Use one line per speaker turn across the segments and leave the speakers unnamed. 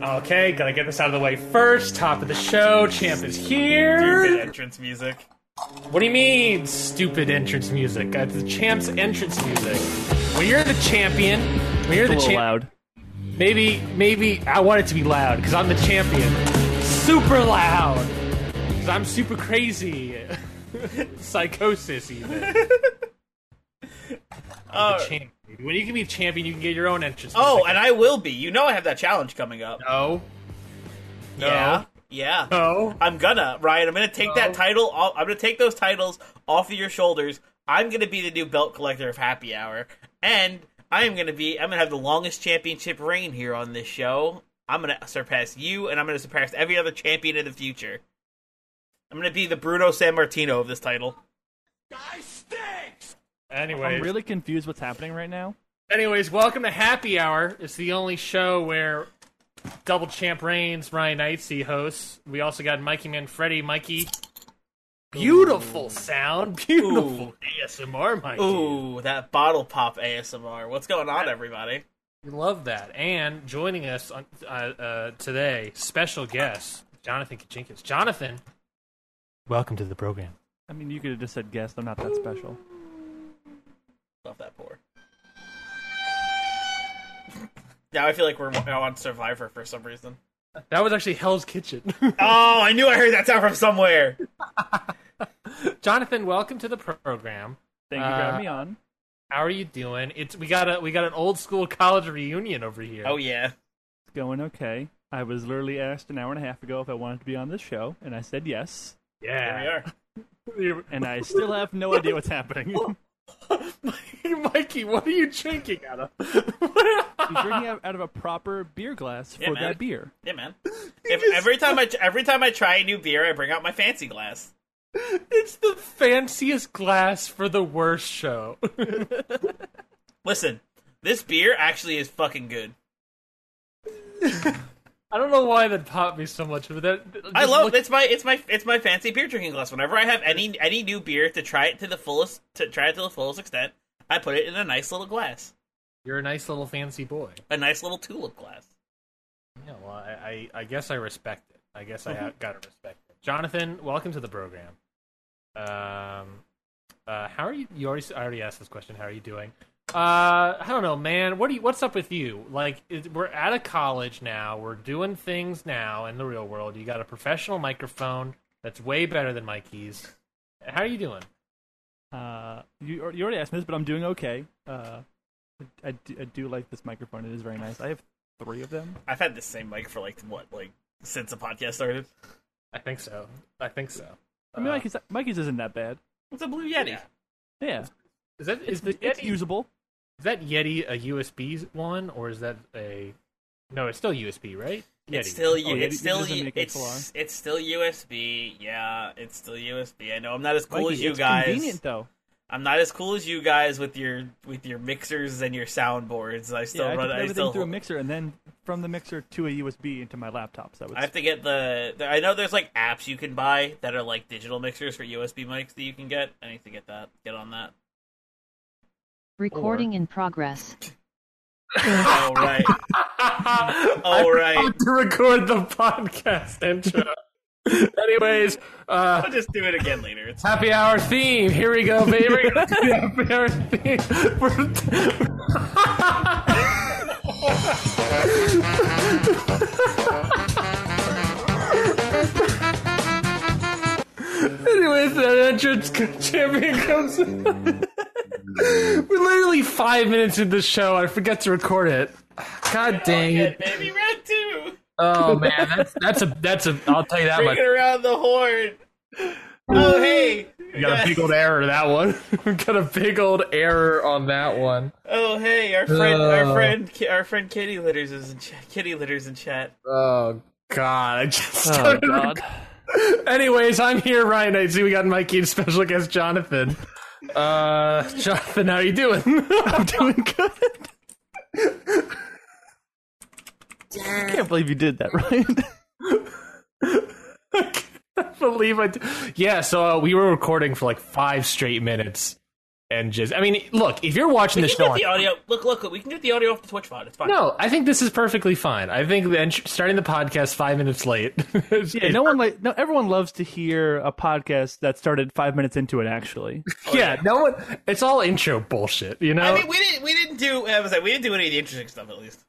Okay, gotta get this out of the way first. Top of the show, champ is
Good
here.
entrance music.
What do you mean, stupid entrance music? That's the champ's entrance music. When you're the champion, when you're the champ,
loud.
maybe, maybe I want it to be loud because I'm the champion. Super loud because I'm super crazy. Psychosis, even. I'm Oh, the champ. When you can be champion, you can get your own entrance.
Oh,
music.
and I will be. You know I have that challenge coming up.
no, no,
Yeah. Yeah.
no.
I'm gonna, Ryan. I'm gonna take that title off. I'm gonna take those titles off of your shoulders. I'm gonna be the new belt collector of Happy Hour, and I am gonna be. I'm gonna have the longest championship reign here on this show. I'm gonna surpass you, and I'm gonna surpass every other champion in the future. I'm gonna be the Bruno San Martino of this title.
Anyway,
I'm really confused what's happening right now.
Anyways, welcome to Happy Hour. It's the only show where double champ reigns Ryan Knightsey hosts. We also got Mikey Manfredi. Mikey, beautiful sound, beautiful ASMR, Mikey.
Ooh, that bottle pop ASMR. What's going on, everybody?
We love that. And joining us on, uh, uh, today, special guest Jonathan Kachinkis. Jonathan, welcome to the program.
I mean, you could have just said guest. I'm not that special.
Love that pour. now I feel like we're now on Survivor for some reason.
That was actually Hell's Kitchen.
Oh, I knew I heard that sound from somewhere.
Jonathan, welcome to the program.
Thank you for
Uh,
having me on.
How are you doing? It's we got a we got an old school college reunion over here.
Oh yeah.
It's going okay. I was literally asked an hour and a half ago if I wanted to be on this show, and I said yes.
There we
yeah.
are.
And I still have no idea what's happening. I'm
Mikey, what are you drinking out of?
drinking out, out of a proper beer glass
Yeah,
for
man.
that beer.
Yeah, man. If, every time I every time I try a new beer, I bring out my fancy glass.
it's the fanciest glass for the worst show.
Listen, this beer actually is fucking good.
I don't know why that popped me so much, but that just
I love
look-
it's my it's my it's my fancy beer drinking glass. Whenever I have any any new beer to try it to the fullest to try it to the fullest extent, I put it in a nice little glass,
You're a nice little fancy boy.
a nice little tulip glass.
Yeah, well, I, I, I guess I respect it. I guess I have, gotta respect it. Jonathan, welcome to the program. Um, uh, how are you? You already, I already asked this question. How are you doing? Uh, I don't know, man. What do you? What's up with you? Like, it, we're out of college now. We're doing things now in the real world. You got a professional microphone that's way better than Mikey's. How are you doing?
Uh, you, you already asked me this, but I'm doing okay. Uh, I, I do, I do like this microphone. It is very nice. I have three of them.
I've had this same mic for like what, like since the podcast started.
I think so. I think so.
I mean,
Uh,
Mikey's, Mikey's isn't that bad.
It's a blue Yeti.
Yeah.
is that is
It's,
the
it's
Yeti
usable.
Is that Yeti a USB one or is that a? No, it's still USB, right? Yeti.
It's still
Oh,
U-
Yeti-
it's
it
still
doesn't
U-
make
it's
XLR.
it's still USB. Yeah, it's still USB. I know I'm not as cool
Mikey,
as you
it's
guys.
convenient, though.
I'm not as cool as you guys with your with your mixers and your soundboards. I still
yeah, I
run.
took
I
everything
still.
through a mixer and then from the mixer to a USB into my laptop. So it's
I have to get the. the- I know there's like apps you can buy that are like digital mixers for USB mics that you can get. I need to get that. Get on that.
Recording in progress.
All right.
All
All right.
To record the podcast intro. Anyways, uh,
I'll just do it again later. It's
happy hour theme. Here we go, baby. We're gonna do happy hour theme. We're- Anyways, that entrance champion comes in. We're literally five minutes into the show. I forget to record it. God dang it.
baby red too.
Oh man, that's that's a that's a. I'll tell you that much.
Bringing around the horn. Oh hey!
You got a big old error to that one.
Got a big old error on that one.
Oh hey! Our friend, our
Oh.
friend, Ki- our friend Kitty Litters is in chat. Kitty Litters in chat.
Oh God! I just
Oh,
started.
God.
Anyways, I'm here, Ryan. I see we got Mikey and special guest Jonathan. Uh, Jonathan, how you doing?
I'm doing good. I can't believe you did that, Ryan.
believe I. d- Yeah, so uh, we were recording for like five straight minutes, and just I mean, look, if you're watching the
We can
show,
get the
on-
audio. Look, look, we can get the audio off the Twitch pod. It's fine.
no, I think this is perfectly fine. I think then sh- starting the podcast five minutes late. is-
Yeah, no one like no everyone loves to hear a podcast that started five minutes into it. Actually,
yeah, no one. It's all intro bullshit, you know.
I mean, we didn't. We didn't do. I was like, we didn't do any of the interesting stuff, at least.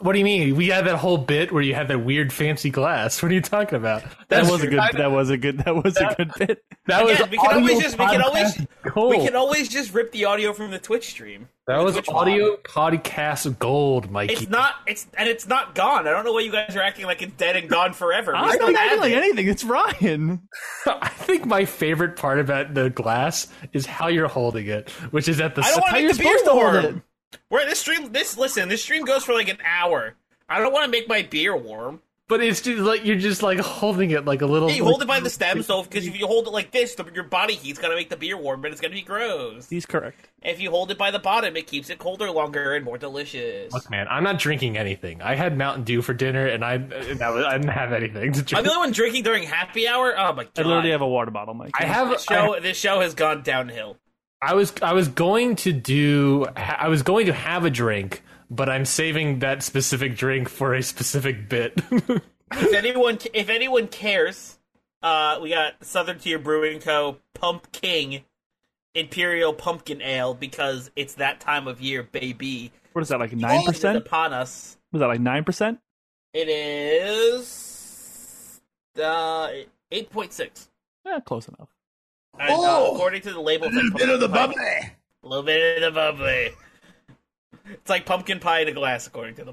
what do you mean? We had that whole bit where you had that weird fancy glass. What are you talking about?
that
That's-
was a good. That was a good. That was a good bit.
That was
Yeah, we can
audio
always just. We can
podcast
always. We
gold.
can always just rip the audio from the Twitch stream.
That was
Which
audio podcast gold, Mikey.
It's not. It's and it's not gone. I don't know why you guys are acting like it's dead and gone forever. We
I'm
still
not
have
acting like
it.
anything. It's Ryan.
I think my favorite part about the glass is how you're holding it, which is at the
I don't
side.
want to
you're
make the beer
supposed to hold
warm. We're this stream. This listen. This stream goes for like an hour. I don't want to make my beer warm.
but it's just like you're just like holding it like a little.
Yeah, you hold it by the stem, so because if you hold it like this, the, your body heat's gonna make the beer warm, but it's gonna be gross.
He's correct.
If you hold it by the bottom, it keeps it colder longer and more delicious.
Look, man, I'm not drinking anything. I had Mountain Dew for dinner, and I and that was, I didn't have anything to
I'm
drink.
the only one drinking during happy hour. Oh my god!
I literally have a water bottle, Mike.
I have.
this show. this show has gone downhill.
I, I was. I was going to do. I was going to have a drink, but I'm saving that specific drink for a specific bit.
If anyone, if anyone cares, uh, we got Southern Tier Brewing Co. Pump King Imperial Pumpkin Ale because it's that time of year, baby.
What is that like
Fall
nine
is
percent?
upon us.
Was that like nine percent?
It is uh, eight point six.
Yeah, Eh, close enough.
And, uh, according to the label, it's like pumpkin pie. A little bit of the bubbly. It's like pumpkin pie in a glass, according to the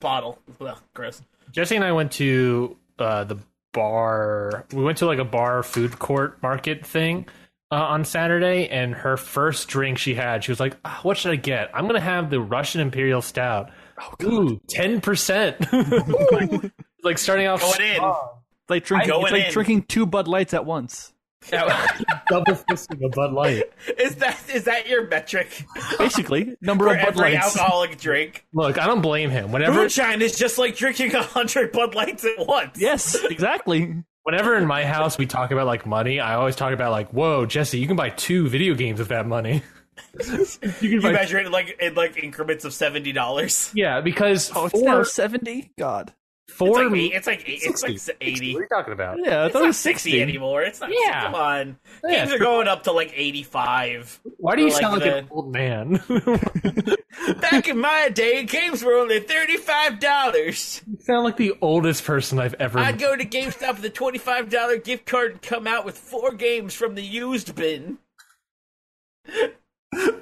bottle. Ugh, gross.
Jesse and I went to uh, the bar. We went to like a bar food court market thing uh, on Saturday, and her first drink she had, she was like, "Ah, "What should I get? I'm gonna have the Russian Imperial Stout.
Oh,
Ooh, ten percent. like, like starting off
Going in.
It's like drinking.
Going
It's like
in.
drinking two Bud Lights at once.
double fisting a Bud Light.
Is that is that your metric
Basically, number
for
of Bud
every
Lights.
alcoholic drink?
Look, I don't blame him. Whenever,
Moonshine is just like drinking a hundred Bud Lights at once.
Yes, exactly.
whenever in my house we talk about like money, I always talk about like, "Whoa, Jesse, you can buy two video games with that money."
you measure it in like in like increments of seventy dollars.
Yeah, because four,
Oh, it's now seventy. God.
It's
four
like eight, it's like eight, it's
60.
like eighty.
What are you talking about?
Yeah, I
It's
thought it
not
was
sixty
sixty.
anymore. It's not.
Yeah.
Come on,
Yeah,
games are
true.
going up to like eighty-five.
Why do you
Or, like,
sound like
the-
an old man?
Back in my day, games were only thirty-five dollars.
you sound like the oldest person I've ever
I'd go to GameStop with a twenty-five dollar gift card and come out with four games from the used bin.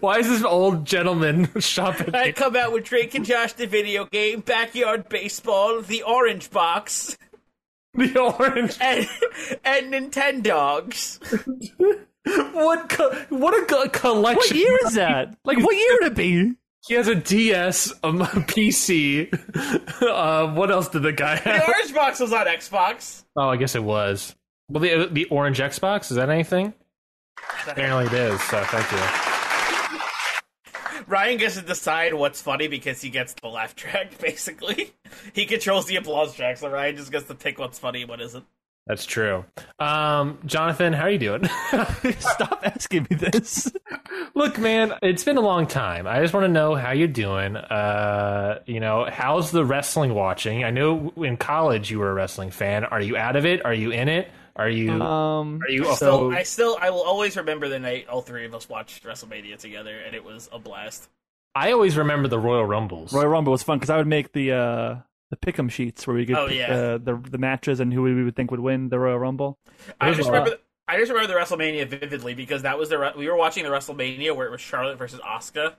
Why is this old gentleman shopping?
I'd come out with Drake and Josh the video game, backyard baseball, the orange box,
the orange.
and and Nintendogs.
What co- what a co-
What
collection.
year is that? Like, what year would it be?
He has a DS, um, a PC. uh, what else did the guy
The
have?
orange box was on Xbox.
Oh, I guess it was. Well, the the orange Xbox is that anything? Apparently it is. So thank you.
Ryan gets to decide what's funny because he gets the laugh track. Basically, he controls the applause track, so Ryan just gets to pick what's funny and what isn't.
That's true. Um, Jonathan, how are you doing?
Stop asking me this.
Look, man, it's been a long time. I just want to know how you're doing. Uh, you know, how's the wrestling watching? I know in college you were a wrestling fan. Are you out of it? Are you in it? Are you?
Um,
are you?
So
So,
I still, I will always remember the night all three of us watched WrestleMania together, and it was a blast.
I always remember the Royal Rumbles.
Royal Rumble was fun because I would make the uh, the pick'em sheets where we could
Oh,
pick
yeah.
uh, the the matches and who we would think would win the Royal Rumble.
I
There's
just
a lot.
remember. The, I just remember the WrestleMania vividly because that was the re- we were watching the WrestleMania where it was Charlotte versus Oscar,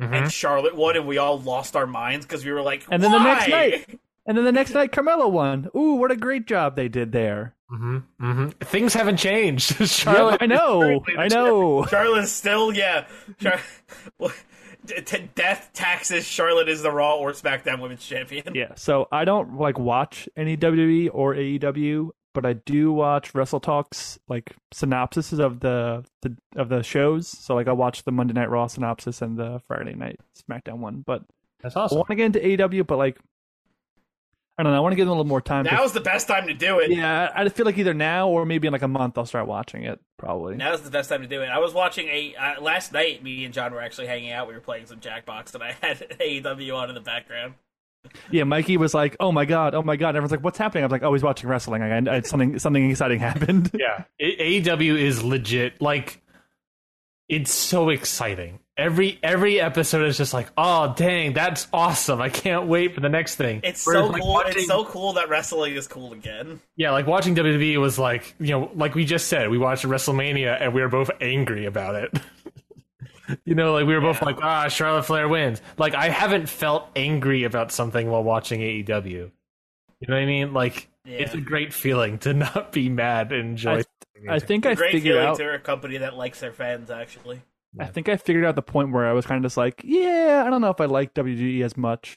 Mhm.
and Charlotte won, and we all lost our minds because we were like,
Mm-hmm. And then the next
"Why?"
night, and then the next night, Carmelo won. Ooh, what a great job they did there.
Mm-hmm. Mm-hmm.
Things haven't changed. Charlotte,
Yeah, I know. I know.
Charlotte's still, yeah. Char- D- t- death taxes Charlotte is the Raw or SmackDown Women's Champion.
Yeah. So I don't like watch any WWE or AEW, but I do watch Wrestle Talks like synopses of the, the of the shows. So like I watch the Monday Night Raw synopsis and the Friday Night SmackDown one. But
That's
I
awesome.
want to get into AEW, but like I don't know. I want to give them a little more time. 'cause-
Now's the best time to do it.
yeah, I I feel like either now or maybe in like a month I'll start watching it. Probably.
Now's the best time to do it. I was watching a uh, last night. Me and John were actually hanging out. We were playing some Jackbox, and I had AEW on in the background.
Yeah, Mikey was like, "Oh my god, oh my god!" Everyone's like, "What's happening?" I was like, "Oh, he's watching wrestling. Like, I, I, something something exciting happened."
yeah A- aew is legit like it's so exciting every every episode is just like oh dang that's awesome i can't wait for the next thing
It's
Whereas,
so
like,
cool.
watching-
It's so cool that wrestling is cool again.
yeah like watching wwe was like you know like we just said we watched wrestlemania and we were both angry about it you know like we were both like ah charlotte flair wins like i haven't felt angry about something while watching aew you know what i mean like
Yeah.
it's a great feeling to not be mad and enjoy
I, I think I
Great
figured
feeling
out.
to a company that likes their fans. Actually,
I think I figured out the point where I was kind of just like, "Yeah, I don't know if I like WWE as much,"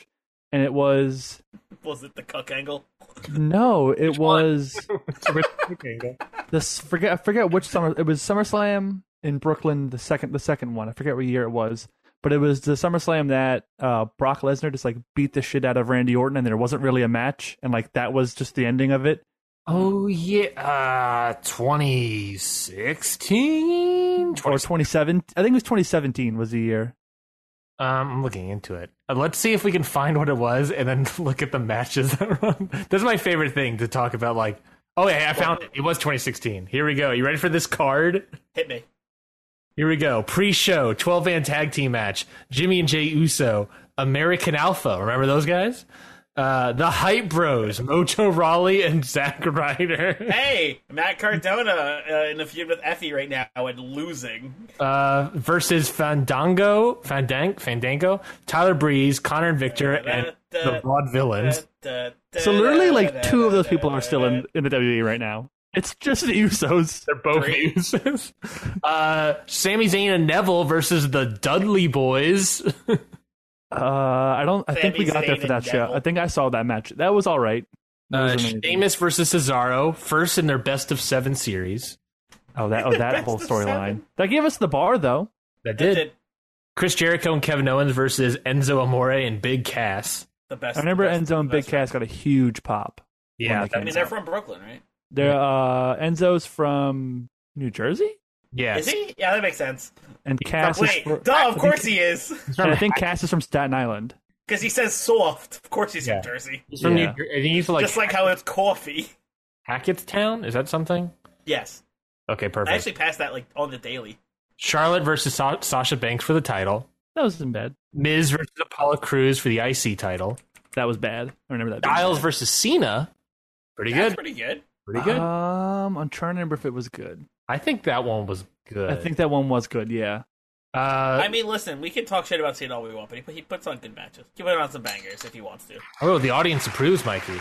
and it was
was it the cuck angle?
no, it was
thinking.
this. Forget I forget which summer it was. SummerSlam in Brooklyn, the second the second one. I forget what year it was. But it was the SummerSlam that uh, Brock Lesnar just like beat the shit out of Randy Orton, and there wasn't really a match, and like that was just the ending of it.
Oh yeah, uh, 2016.
or 27 i think it was 2017 was the year
Um, I'm looking into it. Uh, let's see if we can find what it was, and then look at the matches that were on. That's my favorite thing to talk about. Like, oh yeah, I found it. It was 2016. Here we go. You ready for this card?
Hit me.
Here we go. Pre-show 12-man tag team match. Jimmy and Jay Uso, American Alpha. Remember those guys? Uh, the Hype Bros, Mojo Rawley and Zack Ryder.
Hey, Matt Cardona uh, in a feud with Effie right now and losing.
Uh, versus Fandango, Fandang, Fandango, Tyler Breeze, Connor and Victor, and the Broad Villains.
so literally like two of those people are still in, in the wwe right now it's just the usos
They're both
Great.
uses. Uh, Sami Zayn and Neville versus the Dudley Boys.
uh i don't i think we
Sami
got there
Zayn
for that
and
show
Neville.
i think i saw that match that was all right That was
Uh,
amazing.
Sheamus versus Cesaro, first in their best of seven series.
oh that oh that
Best
whole
of
storyline
seven.
that gave us the bar though
That
That's
did.
it.
Chris Jericho and Kevin Owens versus Enzo Amore and Big Cass.
The best.
i remember
the best-
enzo and
the
big
best.
cass got a huge pop
Yeah, that-
When they
I mean,
came
they're
out.
from Brooklyn, right?
they're uh enzo's from new jersey
yes.
Is he? Yeah, that makes sense.
and cass is
Wait,
fr-
duh, of course he is.
and i think cass is from staten island
Because he says soft. Of course he's
Yeah.
from Jersey.
He's from New
Yeah.
Jer- I think he's like,
Just like how it's coffee.
Hackettstown. Is that something?
Yes.
Okay, perfect.
I actually passed that like on the daily.
Charlotte versus Sa- Sasha Banks for the title.
that wasn't bad
Miz versus Apollo Crews for the IC title.
that was bad i remember that being
Styles versus Cena. Pretty
That's
good.
pretty good.
Pretty good.
um i'm trying to remember if it was good
I think that one was good.
I think that one was good. Yeah,
Uh,
I mean, listen, we can talk shit about Cena all we want, but he, he puts on good matches. He puts on some bangers if he wants to.
oh, the audience approves, Mikey. You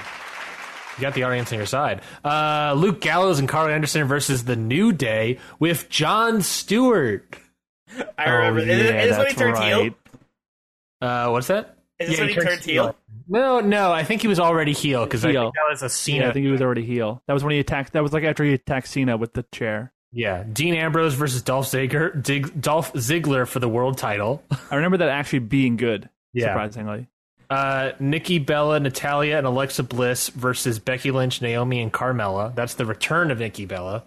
got the audience on your side. Uh, Luke Gallows and Carl Anderson versus the New Day with John Stewart.
I remember. is,
Oh, yeah,
is this when he
that's
turned heel?
right.
Uh, what's that?
Is this
Yeah,
when
he
he
turns
turned heel?
No, no. I think he was already heel because I
Heel.
think that was a Cena.
yeah. I think he was already heel. That was when he attacked. That was like after he attacked Cena with the chair.
yeah. Dean Ambrose versus Dolph Ziggler, Dig- Dolph Ziggler for the world title.
I remember that actually being good.
Yeah.
Surprisingly,
Uh, Nikki Bella, Natalia, and Alexa Bliss versus Becky Lynch, Naomi, and Carmella. That's the return of Nikki Bella.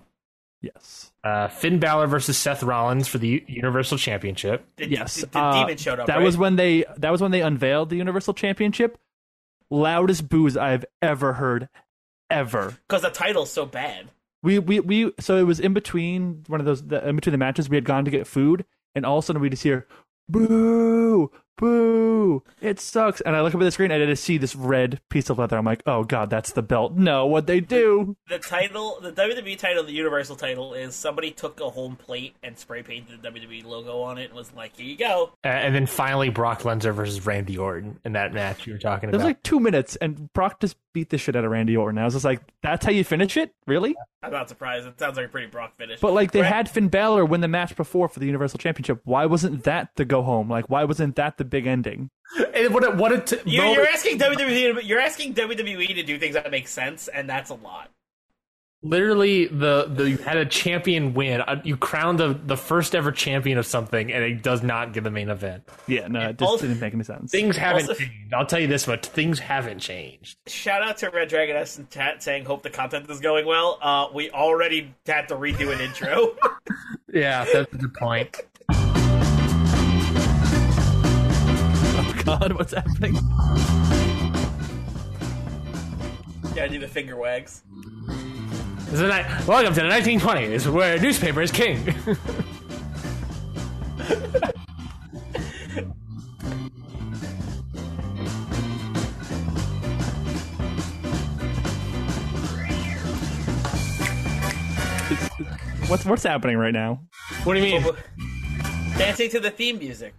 yes.
Uh, Finn Balor versus Seth Rollins for the U- Universal Championship.
The,
Yes,
The, the
uh,
demon showed up.
that
right?
was when they. That was when they unveiled the Universal Championship. Loudest booze I've ever heard, ever.
because the title's so bad.
We we we. So it was in between one of those. The, in between the matches, we had gone to get food, and all of a sudden we just hear boo, boo, it sucks. And I look up at the screen and I just see this red piece of leather. I'm like, oh god, that's the belt. No, what they do?
The title, the WWE title, the Universal title is somebody took a home plate and spray painted the WWE logo on it and was like, "Here you go."
Uh, and then finally, Brock Lesnar versus Randy Orton in that match you were talking
It was
about.
like two minutes, and Brock just beat the shit out of Randy Orton. I was just like, that's how you finish it, really?
I'm not surprised. It sounds like a pretty Brock finish.
But like they
Right.
had Finn Balor win the match before for the Universal Championship. Why wasn't that the go home? Like, why wasn't that the big ending?
And what a, what a t-
you,
moment-
you're asking WWE, to- you're asking WWE to do things that make sense, and that's a lot.
literally the, the you had a champion win. Uh, You crowned the the first ever champion of something, and it does not get the main event.
Yeah, no, it just
also-
didn't make any sense.
Things haven't
Also-
changed. I'll tell you this much: things haven't changed.
Shout out to Red Dragon S in chat saying, "Hope the content is going well." Uh, we already had to redo an intro.
Yeah, that's a good point.
Oh God, what's happening?
Gotta do the finger wags.
This is ni- Welcome to the 1920s, where newspaper is king.
What's what's happening right now?
what do you mean?
Dancing to the theme music.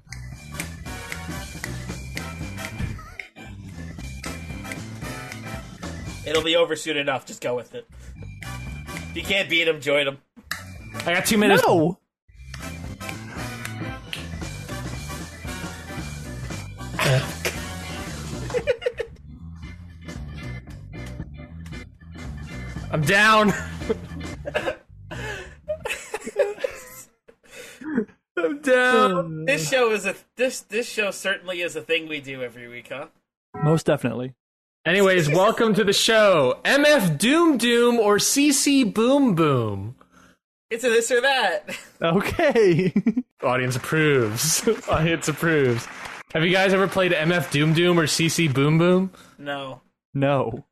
It'll be over soon enough. Just go with it. If you can't beat him, join him.
I got two minutes.
No,
I'm down. I'm down.
This show is a this this show certainly is a thing we do every week, huh?
most definitely.
Anyways, welcome to the show. MF Doom Doom or CC Boom Boom.
It's a this or that.
Okay.
Audience approves. Audience approves. Have you guys ever played MF Doom Doom or CC Boom Boom?
no,
no,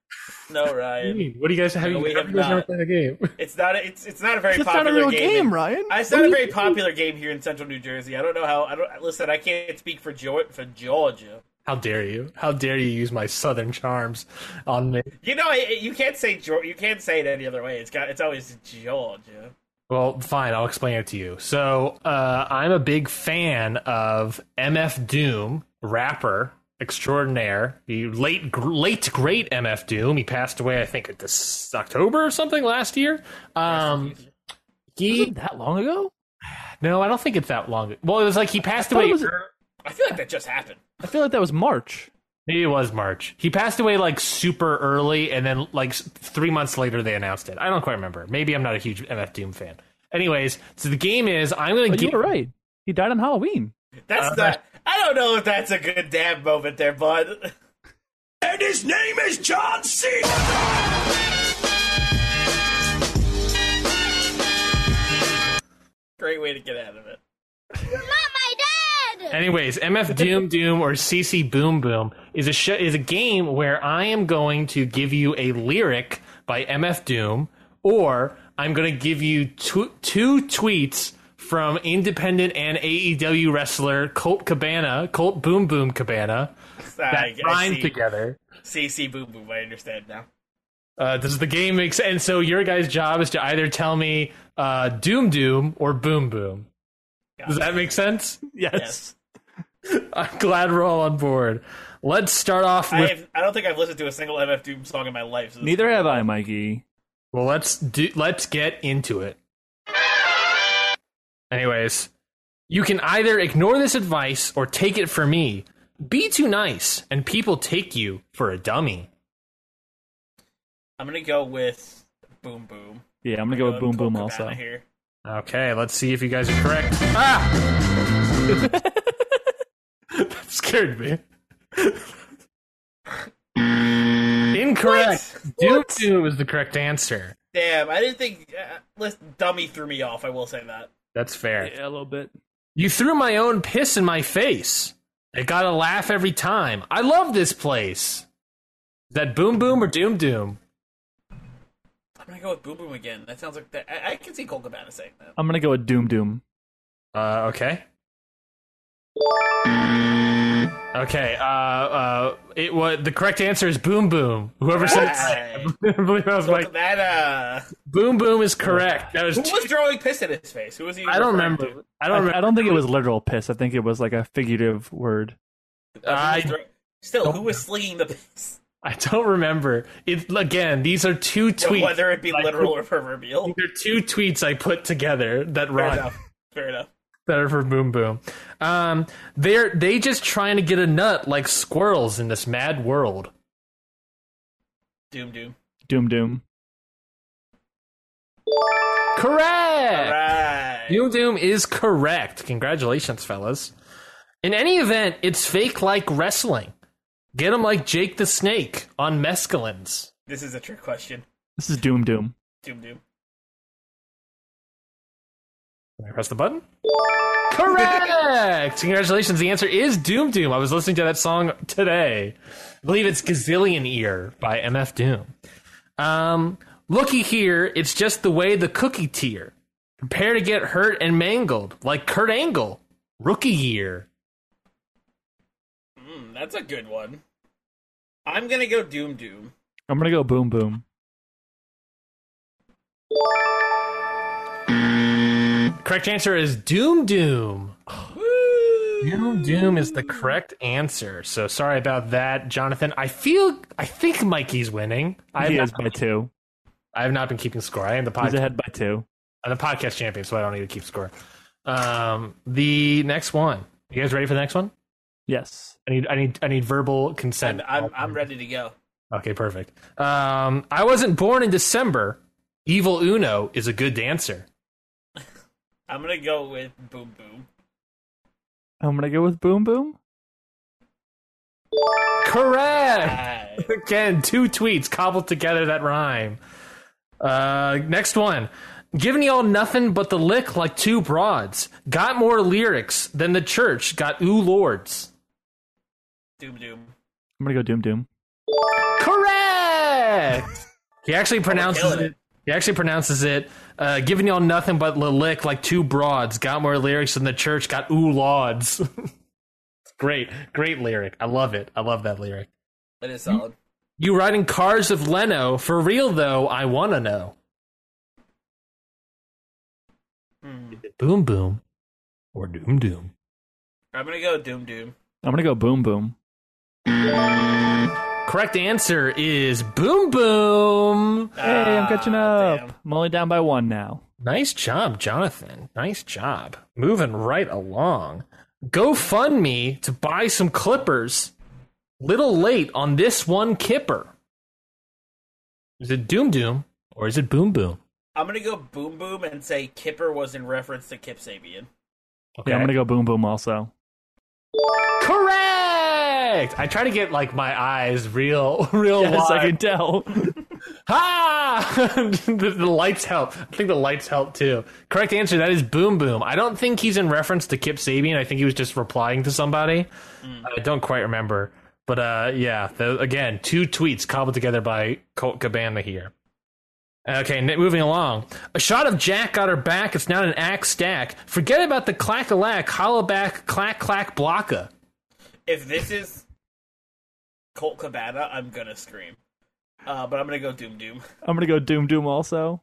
no,
What do
Ryan.
you mean? What do you guys have?
No,
you,
we
have
have
you guys ever
not.
played the game?
It's not a, it's it's not a very
it's
popular
not a real
game.
game, Ryan.
It's not a very popular game here in Central New Jersey. I don't know how. I don't listen. I can't speak for Geor- for Georgia.
How dare you? How dare you use my southern charms on me?
You know, it, it- you can't say Geor- you can't say it any other way. It's got it's always Georgia.
Well, fine, I'll explain it to you. So, uh, I'm a big fan of MF Doom, rapper extraordinaire, the late gr- late great MF Doom. He passed away, I think, at this October or something last year. Um, he
Wasn't that long ago?
no, I don't think it's that long. Well, it was like he passed
thought it
away.
was-
ear-
I feel like that just happened.
I feel like that was March.
Maybe it was March. He passed away like super early, and then like s- three months later they announced it. I don't quite remember. Maybe I'm not a huge MF Doom fan. Anyways, so the game is I'm gonna
Oh, you
get
were right. He died on Halloween.
That's not. I don't know if that's a good dab moment there, bud.
And his name is John Cena!
Great way to get out of it.
Not my dad!
Anyways, MF Doom Doom or CC Boom Boom is a show, is a game where I am going to give you a lyric by MF Doom, or I'm going to give you two, two tweets from independent and AEW wrestler Colt Cabana, Colt Boom Boom Cabana,
I,
that
I
rhyme
see.
together.
CC boom boom. I understand now.
Uh, does the game make sense? And so your guys' job is to either tell me uh, Doom Doom or Boom Boom. Does that make sense?
Yes.
Yes.
I'm glad we're all on board. Let's start off
I,
with
have, I don't think I've listened to a single MF Doom song in my life. So
Neither have I, Mikey.
Well, let's do. Let's get into it. Anyways, you can either ignore this advice or take it for me. Be too nice, and people take you for a dummy.
I'm gonna go with boom boom.
Yeah, I'm gonna go with Boom
Colt
Boom
Cabana
also.
Here.
Okay, let's see if you guys are correct. Ah! that scared me. Incorrect. Doom Doom is the correct answer.
Damn, I didn't think. Uh, listen, dummy threw me off. I will say that.
That's fair.
Yeah, a little bit.
You threw my own piss in my face. I got a laugh every time. I love this place. Is that boom boom or doom doom?
I'm gonna go with boom boom again. That sounds like that. I, I can see Cole Cabana saying that.
I'm gonna go with Doom Doom.
Uh, okay. Okay. Uh, uh, it was the correct answer is Boom Boom. Whoever said it, I believe that was like
That uh,
Boom Boom is correct. That was.
who was throwing piss in his face? Who was he?
I don't
referring to?
remember. I don't
I,
remember.
I don't think it was literal piss. I think it was like a figurative word.
I-
Uh, Who was throw- Still, who was slinging the piss?
I don't remember. It again. These are two tweets.
Whether it be
Like,
literal or proverbial.
These are two tweets I put together that
Fair
rhyme.
enough. Fair enough.
that are for Boom Boom. Um, they're they just trying to get a nut like squirrels in this mad world.
Doom, doom.
Doom Doom.
Correct.
Right.
Doom Doom is correct. Congratulations, fellas. In any event, it's fake like wrestling. Get him like Jake the Snake on mescalines.
This is a trick question.
This is Doom Doom.
Doom, doom.
Can I Press the button. Correct. Congratulations. The answer is Doom Doom. I was listening to that song today. I believe it's Gazillion Ear by MF Doom. Um, looky here, it's just the way the cookie tier. Prepare to get hurt and mangled like Kurt Angle, rookie year.
Mm, that's a good one. I'm gonna go doom, doom.
I'm gonna go Boom Boom.
Correct answer is Doom Doom. Doom Doom is the correct answer. So sorry about that, Jonathan. I feel I think Mikey's winning. I have
he
not
is by two.
I have not been keeping score. I am the
He's
podcast,
ahead by two.
I'm Uh, the podcast champion, so I don't need to keep score. Um, the next one. You guys ready for the next one?
Yes.
I need, I need, I need verbal consent.
And I'm I'm ready to go.
okay, perfect. Um, I wasn't born in December. Evil Uno is a good dancer.
I'm gonna go with boom, boom.
I'm gonna go with Boom Boom.
Correct.
Right.
Again, two tweets cobbled together that rhyme. Uh, next one. Giving y'all nothing but the lick like two broads. Got more lyrics than the church got ooh lords.
Doom, doom.
I'm gonna go Doom Doom.
Correct. He actually pronounces
killing
it.
it.
He actually pronounces it. Uh, giving y'all nothing but lilic like two broads. Got more lyrics than the church. Got ooh lauds. great, great lyric. I love it. I love that lyric.
That is solid.
You riding cars of Leno for real though? I wanna know.
Hmm.
Boom boom, or doom doom.
I'm gonna go doom, doom.
I'm gonna go Boom Boom.
Correct answer is boom boom.
Hey, I'm catching
Ah,
up. I'm only down by one now.
Nice job, Jonathan. Nice job. Moving right along. GoFundMe to buy some clippers. Little late on this one kipper. Is it Doom Doom or is it Boom Boom?
I'm gonna go boom, boom, and say Kipper was in reference to Kip Sabian.
Okay,
Yeah, I'm gonna go Boom Boom also.
correct. I try to get like my eyes real, real
Yes, I
wide.
can tell.
Ha! the, the lights help. I think the lights help too. Correct answer. That is Boom Boom. I don't think he's in reference to Kip Sabian. I think he was just replying to somebody. I don't quite remember. But uh, yeah, the, again, two tweets cobbled together by Colt Cabana here. Okay, n- moving along. A shot of Jack got her back. It's not an axe stack. Forget about the clack a lack, hollow back, clack clack blocka.
If this is Colt Cabana, I'm gonna scream. Uh, but I'm gonna go doom, doom.
I'm gonna go Doom Doom also.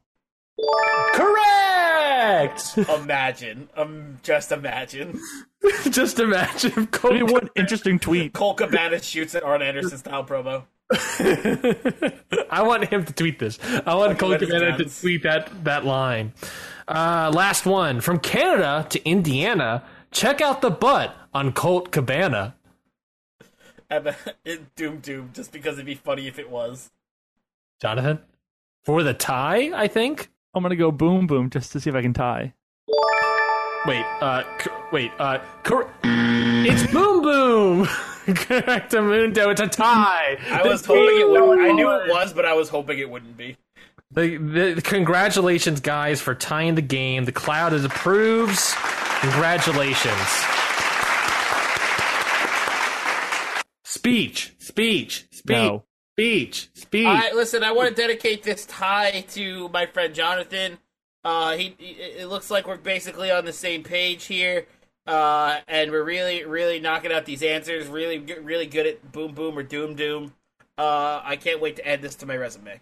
Correct!
Imagine, um, just imagine.
just imagine if
I
Colt
mean, what an interesting tweet.
Colt Cabana shoots an Arn Anderson style promo.
I want him to tweet this. I want Cole
let us
Cabana to
dance.
tweet that that line. Uh, last one from Canada to Indiana. Check out the butt on Colt Cabana.
And, uh, it- doom, doom. Just because it'd be funny if it was.
Jonathan for the tie. I think.
I'm gonna go Boom Boom just to see if I can tie.
Wait. Uh. C- wait. Uh. Cor- it's boom boom. Correct, Mundo. It's a tie.
I was hoping it would. I knew it was, but I was hoping it wouldn't be.
The, the, the congratulations, guys, for tying the game. The cloud is approves. Congratulations. Speech, speech, speech,
No.
speech, speech.
I listen. I want to dedicate this tie to my friend Jonathan. Uh, he, he- It looks like we're basically on the same page here. uh, and we're really, really knocking out these answers. Really, g- really good at boom, boom, or doom, doom. Uh, I can't wait to add this to my resume.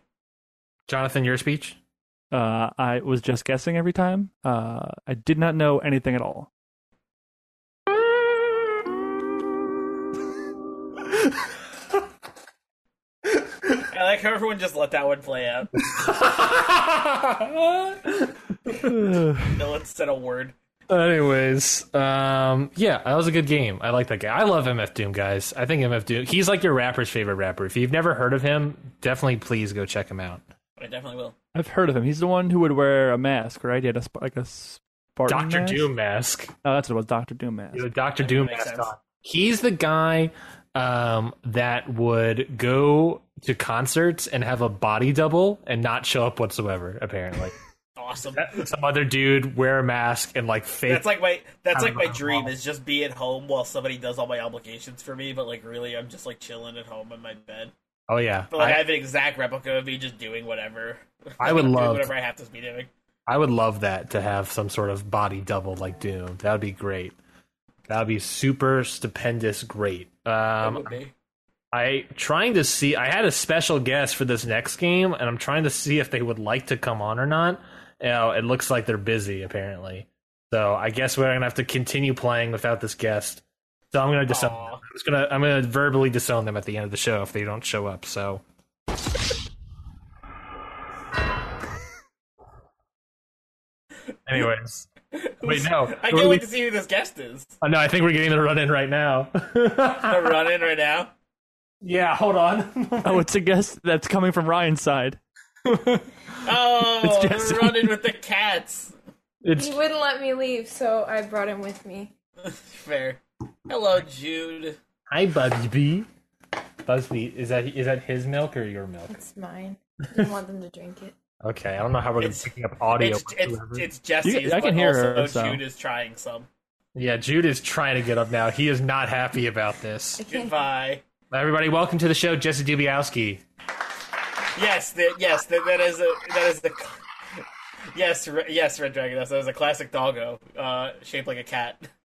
Jonathan, your speech.
Uh, I was just guessing every time. Uh, I did not know anything at all.
I like how everyone just let that one play out. no one said a word.
Anyways, um, yeah, that was a good game. I like that guy. I love MF Doom, guys. I think MF Doom. He's like your rapper's favorite rapper. If you've never heard of him, definitely please go check him out.
I definitely will.
I've heard of him. He's the one who would wear a mask, right? He had a sp- like a Spartan
Doctor
mask?
Doom mask.
Oh, that's what it was. Doctor Doom mask.
You know, Doctor Doom
makes
mask
sense.
on. He's the guy um, that would go to concerts and have a body double and not show up whatsoever. Apparently,
Awesome.
some other dude wear a mask and like fake.
That's like my that's like my
Have a
dream
mom.
is just be at home while somebody does all my obligations for me. But like really, I'm just like chilling at home in my bed.
oh yeah,
But like I,
I,
have an exact replica of me just doing whatever.
I would
Doing
love-
whatever I have to be doing.
I would love that to have some sort of body double like Doom. That would be great. That would be super stupendous. Great. Um,
Would be.
I trying to see. I had a special guest for this next game, and I'm trying to see if they would like to come on or not. You know, it looks like they're busy apparently. So I guess we're gonna have to continue playing without this guest. So I'm gonna disown.
Aw.
Them. I'm just gonna I'm gonna verbally disown them at the end of the show if they don't show up. So Anyways. Wait, no. We're
I can't wait
leaving-
to see who this guest is.
Oh, no, I think we're getting the run in right now.
I'm running right now.
yeah, hold on.
Oh, it's a guess that's coming from Ryan's side.
Oh,
It's Jesse.
we're running with the cats.
it's
He wouldn't let me leave, so I brought him with me.
Fair. Hello, Jude.
Hi, Bugsby. Bugsby, is that is that his milk or your milk?
It's mine. I didn't want them to drink it.
Okay, I don't know how we're gonna
It's-
pick up audio.
It's it's,
whatsoever.
it's Jesse's.
You- I can
but
hear
also
her, so.
Jude is trying some.
yeah, Jude is trying to get up now. He is not happy about this.
I can't.
Goodbye.
Everybody, welcome to the show, Jesse Dubiowski.
Yes, the, yes, the, that is a that is the. Yes, re, yes, Red Dragon. That was a classic doggo, uh, shaped like a cat.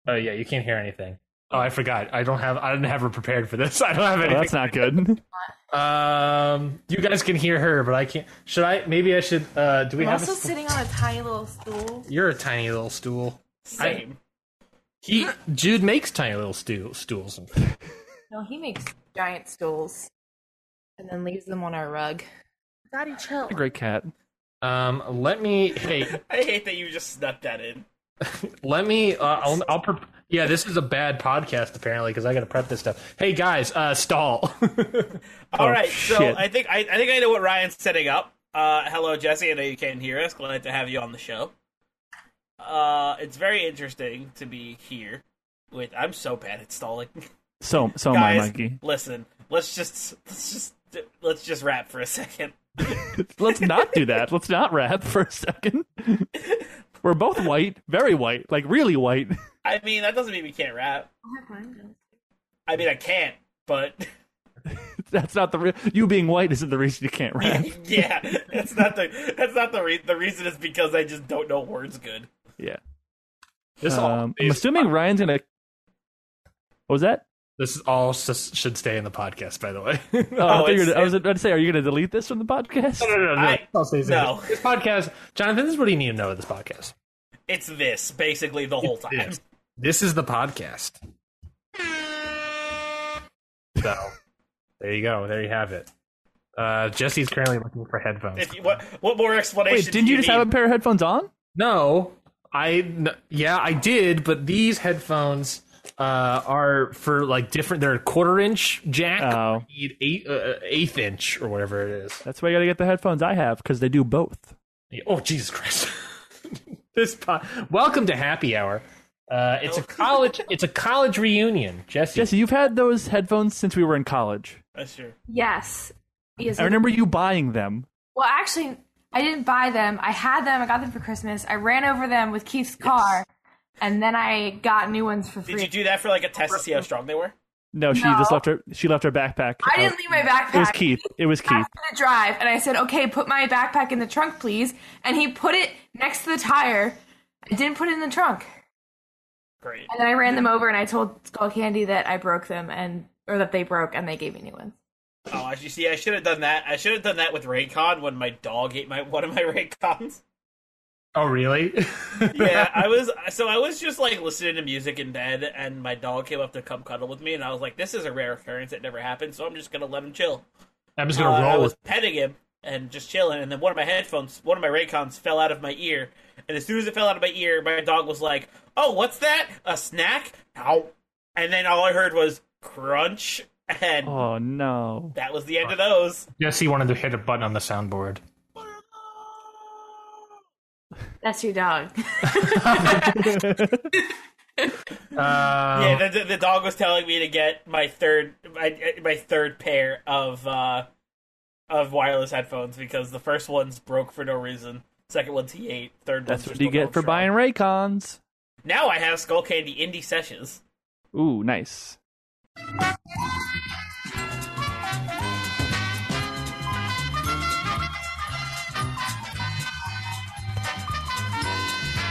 Oh yeah, you can't hear anything. Oh, I forgot. I don't have. I didn't have her prepared for this. I don't have
Oh, that's
anything.
not good.
um, you guys can hear her, but I can't. Should I? Maybe I should. Uh, do we
I'm
have?
also
a, st-
sitting on a tiny little stool.
You're a tiny little stool.
Same.
He Jude makes tiny little stool, stools.
No, he makes giant stools and then leaves them on our rug. Daddy, chill.
A great cat.
Um, let me. Hey,
I, hate that you just snuck that in.
Let me. Uh, I'll. I'll pre- yeah, this is a bad podcast apparently because I got to prep this stuff. Hey guys, uh, stall.
All right, so
Oh, shit.
I think I, I think I know what Ryan's setting up. Uh, hello, Jesse. I know you can't hear us. Glad to have you on the show. Uh, it's very interesting to be here. With I'm so bad at stalling.
So so am I,
Guys,
Mikey.
listen. Let's just let's just let's just rap for a second.
Let's not do that. Let's not rap for a second. We're both white, very white, like really white.
I mean, that doesn't mean we can't rap. I mean, I can't, but
That's not the re- you being white isn't the reason you can't rap.
yeah, that's not the that's not the reason. The reason is because I just don't know words good.
Yeah.
this all.
Um, I'm assuming Ryan's gonna. What was that?
This is all s- should stay in the podcast. By the way. no,
Oh, I,
Oh,
thought you were
it's-
gonna- I was about to say, are you going to delete this from the podcast?
no, no.
I-
I'll say this.
no.
This podcast, Jonathan. This is what you need to know of this podcast.
It's this basically the whole time.
This. This is the podcast. So, there you go. There you have it. Uh, Jesse's currently looking for headphones.
If you, what what more explanation?
Wait, didn't
do you
you just
need?
have a pair of headphones on?
No, I n- yeah, I did, but these headphones uh, are for like different. They're a quarter inch jack,
Oh.
you need eight, uh, eighth inch or whatever it is.
That's why you got to get the headphones I have because they do both.
Yeah, Oh Jesus Christ! this po- welcome to Happy Hour. Uh, it's a college. It's a college reunion, Jesse.
Jesse, you've had those headphones since we were in college.
Uh, sure.
Yes. Yes.
I remember you buying them.
Well, actually, I didn't buy them. I had them. I got them for Christmas. I ran over them with Keith's car, and then I got new ones for free.
Did you do that for like a test to see how strong they were?
No, she
No.
just left her. She left her backpack.
I
out.
didn't leave my backpack.
Oh, It was Keith. It was Keith.
asked me to drive, and I said, "Okay, put my backpack in the trunk, please." And he put it next to the tire. I didn't put it in the trunk.
Great.
And then I ran them over and I told Skull Candy that I broke them and or that they broke and they gave me new ones.
Oh, as you see, I should have done that. I should have done that with Raycon when my dog ate my one of my Raycons.
Oh, really?
yeah, I was so I was just like listening to music in bed, and my dog came up to come cuddle with me, and I was like, "This is a rare occurrence that never happens, so I'm just gonna let him chill."
I'm just gonna
Uh, I
roll
was
with.
petting him and just chilling, and then one of my headphones, one of my Raycons, fell out of my ear, and as soon as it fell out of my ear, my dog was like, "Oh, what's that? A snack?" Ow! And then all I heard was crunch, and
Oh no.
that was the end of those.
Jesse wanted to hit a button on the soundboard.
That's your dog.
Uh,
Oh.
Yeah, the, the, the dog was telling me to get my third my, my third pair of uh, of wireless headphones because the first one's broke for no reason. Second one's he ate. Third one's
That's
are
what
still
you get
going
for
strong.
buying Raycons.
Now I have Skull Candy Indie Sessions.
Ooh, nice.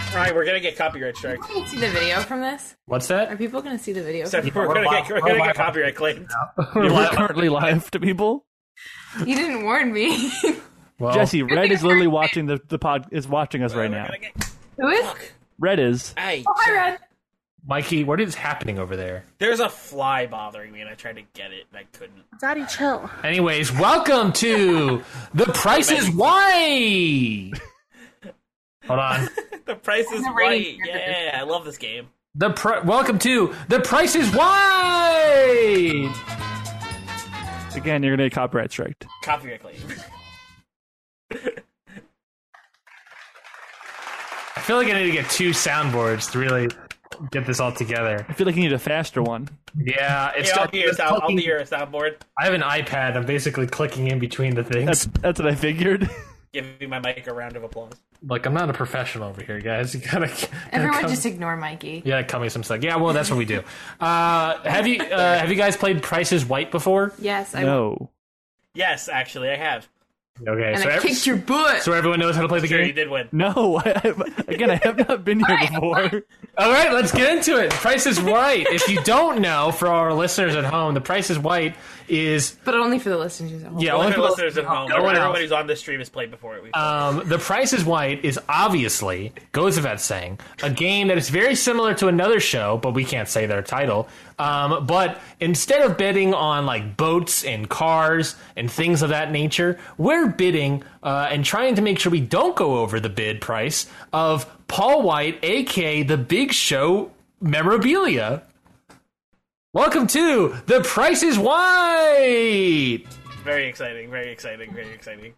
All right, we're gonna get copyright strike.
Can you see the video from this?
What's
Are
that?
people gonna see the video?
Except we're,
we're
gonna
li-
get we're
we're
gonna
live.
get copyright claimed.
We're
live.
currently live to people.
you didn't warn me.
Well,
Jesse, Red is literally watching the, the pod is watching us right
We're
now.
gonna get-
Who is?
Red is.
Hey,
Oh, hi, Red.
Mikey, what is happening over there?
there's a fly bothering me, and I tried to get it, and I couldn't.
Daddy, chill.
Anyways, welcome to The Price is Why. Hold on.
The price is
The
right.
rating character.
Yeah, I love this game.
The pri- welcome to The Price is Why.
Again, you're gonna get copyright striked.
Copyright claim.
I feel like I need to get two soundboards to really get this all together.
I feel like you need a faster one.
Yeah, it's
Yeah, I'll
still-
be your
it's
sound. I'll
clicking-
be your soundboard.
I have an iPad. I'm basically clicking in between the
That's
things.
that's what I figured.
Giving my mic a round of applause.
Like I'm not a professional over here, guys. You gotta,
Everyone
come,
just ignore Mikey.
you gotta come me some stuff. Yeah, well, that's what we do. Uh, have you uh, have you guys played Price is White before?
Yes, I
no.
Yes, actually, I have.
Okay,
and
so,
I
ev-
kicked your butt.
so everyone knows how to play the
Sure, you
game.
did win.
No. I, I- again, I have not been here before.
All right, let's get into it. Price is Right. if you don't know, for our listeners at home, the Price is White is
but only for the listeners at home.
yeah.
All
only
of our
people-
listeners at home,
no one else.
everybody's on this stream has played before it. We've
Um, the Price is White is obviously, goes without saying, a game that is very similar to another show, but we can't say their title. Um, but instead of bidding on like boats and cars and things of that nature, we're bidding uh, and trying to make sure we don't go over the bid price of Paul White, aka the Big Show memorabilia. Welcome to The Price is White.
very exciting, very exciting, very exciting.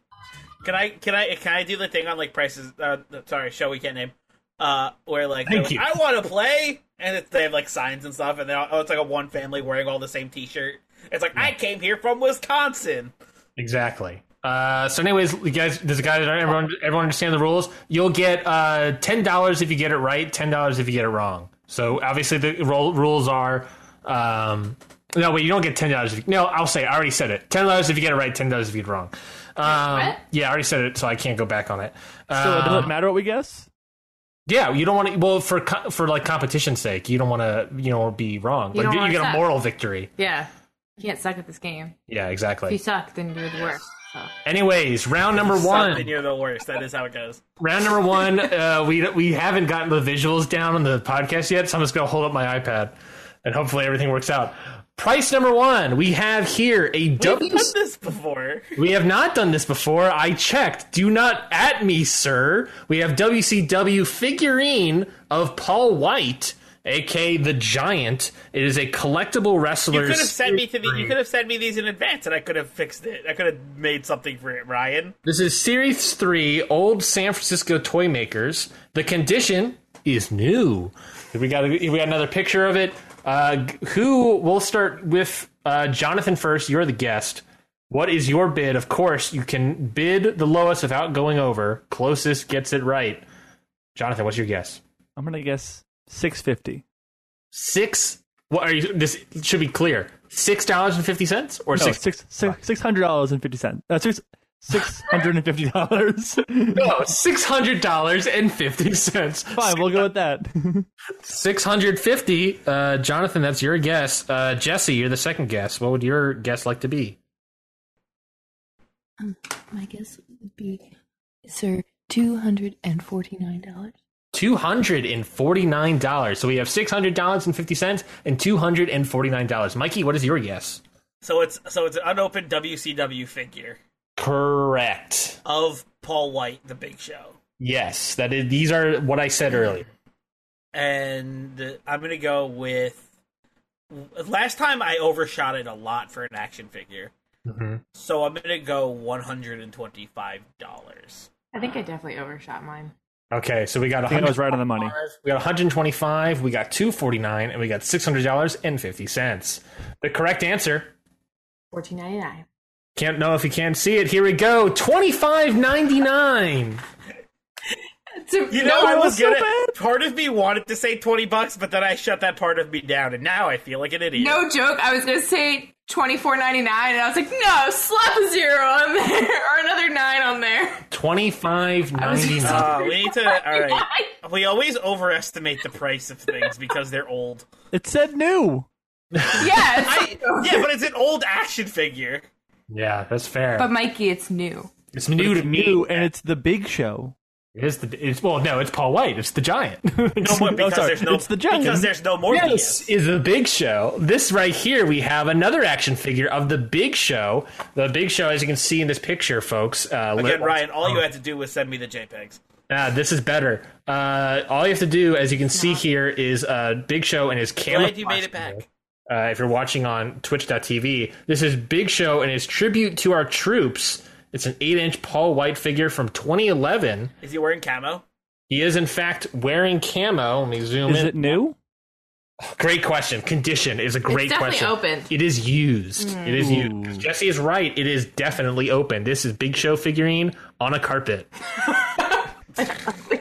Can I can I can I do the thing on like prices? Uh, sorry, show we can't name. Uh, where like, they're
Thank
like, I want to play, and it's, they have like signs and stuff, and they're all, oh, it's like a one family wearing all the same T-shirt. It's like I came here from Wisconsin.
Exactly. Uh, so, anyways, you guys, does the guys everyone everyone understand the rules? You'll get uh, ten dollars if you get it right, ten dollars if you get it wrong. So obviously the ro- rules are. Um, no, wait, you don't get ten dollars. No, I'll say I already said it. Ten dollars if you get it right, ten dollars if you get it wrong. Um,
What?
yeah, I already said it, so I can't go back on it.
So it
Um,
doesn't matter what we guess.
yeah, you don't want to. Well, for co- for like competition's sake, you don't want to. You know, be wrong.
You
like
don't
you,
wanna
get a
suck.
moral victory.
Yeah. You can't suck at this game.
Yeah,
If you
exactly.
suck, then you're the worst. So.
Anyways, round number one.
Something you're the worst. That is how it goes.
Round number one, uh, we we haven't gotten the visuals down on the podcast yet, so I'm just gonna hold up my iPad, and hopefully everything works out. Price number one, we have here a
We've
W.
done this before.
We have not done this before. I checked. Do not at me, sir. We have WCW figurine of Paul White, aka the Giant. It is a collectible
You
wrestler.
could have sent me to the, you could have sent me these in advance, and I could have fixed it. I could have made something for it, Ryan.
This is Series 3, old San Francisco toy makers. The condition is new. We got we got another picture of it. Uh, who we'll start with uh, Jonathan first. You're the guest. What is your bid? Of course, you can bid the lowest without going over. Closest gets it right. Jonathan, what's your guess?
I'm gonna guess six fifty.
Six. What are you? This should be clear. Six dollars and fifty cents, or
No,
six
six six hundred dollars and fifty cents. Uh, six six hundred and fifty dollars. Fine,
No, six hundred dollars and fifty cents.
we'll go with that.
Six hundred fifty. Uh, Jonathan, that's your guess. Uh, Jesse, you're the second guess. What would your guess like to be?
Um, my guess would be, sir, two hundred and forty-nine dollars.
Two hundred and forty-nine dollars. So we have six hundred dollars and fifty cents and two hundred and forty-nine dollars. Mikey, what is your guess?
So it's so it's an unopened WCW figure
Correct.
of Paul White, the Big Show,
Yes, that is. These are what I said earlier.
and I'm gonna go with. Last time I overshot it a lot for an action figure, so I'm gonna go one hundred and twenty-five dollars.
I think I definitely overshot mine.
Okay, so we got.
I think I was right on the money.
We got 125, we got 249, and we got $600.50. The correct answer,
Fourteen ninety nine.
can't know if you can't see it. Here we go. 25.99.
You know, I was gonna. Part of me wanted to say twenty bucks, but then I shut that part of me down, and now I feel like an idiot.
No joke. I was gonna say twenty four ninety nine, and I was like, no, slap a zero on there or another nine on there.
25.99.
Uh, we need to. All right. We always overestimate the price of things because they're old.
It said new.
Yeah, it's-
I, yeah, but it's an old action figure.
Yeah, that's fair.
but Mikey, it's new.
it's new to me.
New, and it's the Big Show.
It's the it's well, no, it's Paul White. It's the giant.
No, but because
sorry,
there's no
it's the giant.
because there's no more.
This is the Big Show. This right here, we have another action figure of the Big Show. The Big Show, as you can see in this picture, folks. Uh,
Again,
lit-
Ryan, all you had to do was send me the JPEGs.
Ah, this is better. Uh, all you have to do, as you can see here, is uh, Big Show and his camera.
Glad you made it back.
Uh, if you're watching on Twitch.tv, this is Big Show and his tribute to our troops. It's an eight-inch Paul White figure from 2011.
Is he wearing camo?
He is in fact wearing camo. Let me zoom
Is
in.
it new?
Great question. Condition is a great
It's definitely
question.
opened.
It is used. It is used. 'Cause Jesse is right. It is definitely open. This is Big Show figurine on a carpet.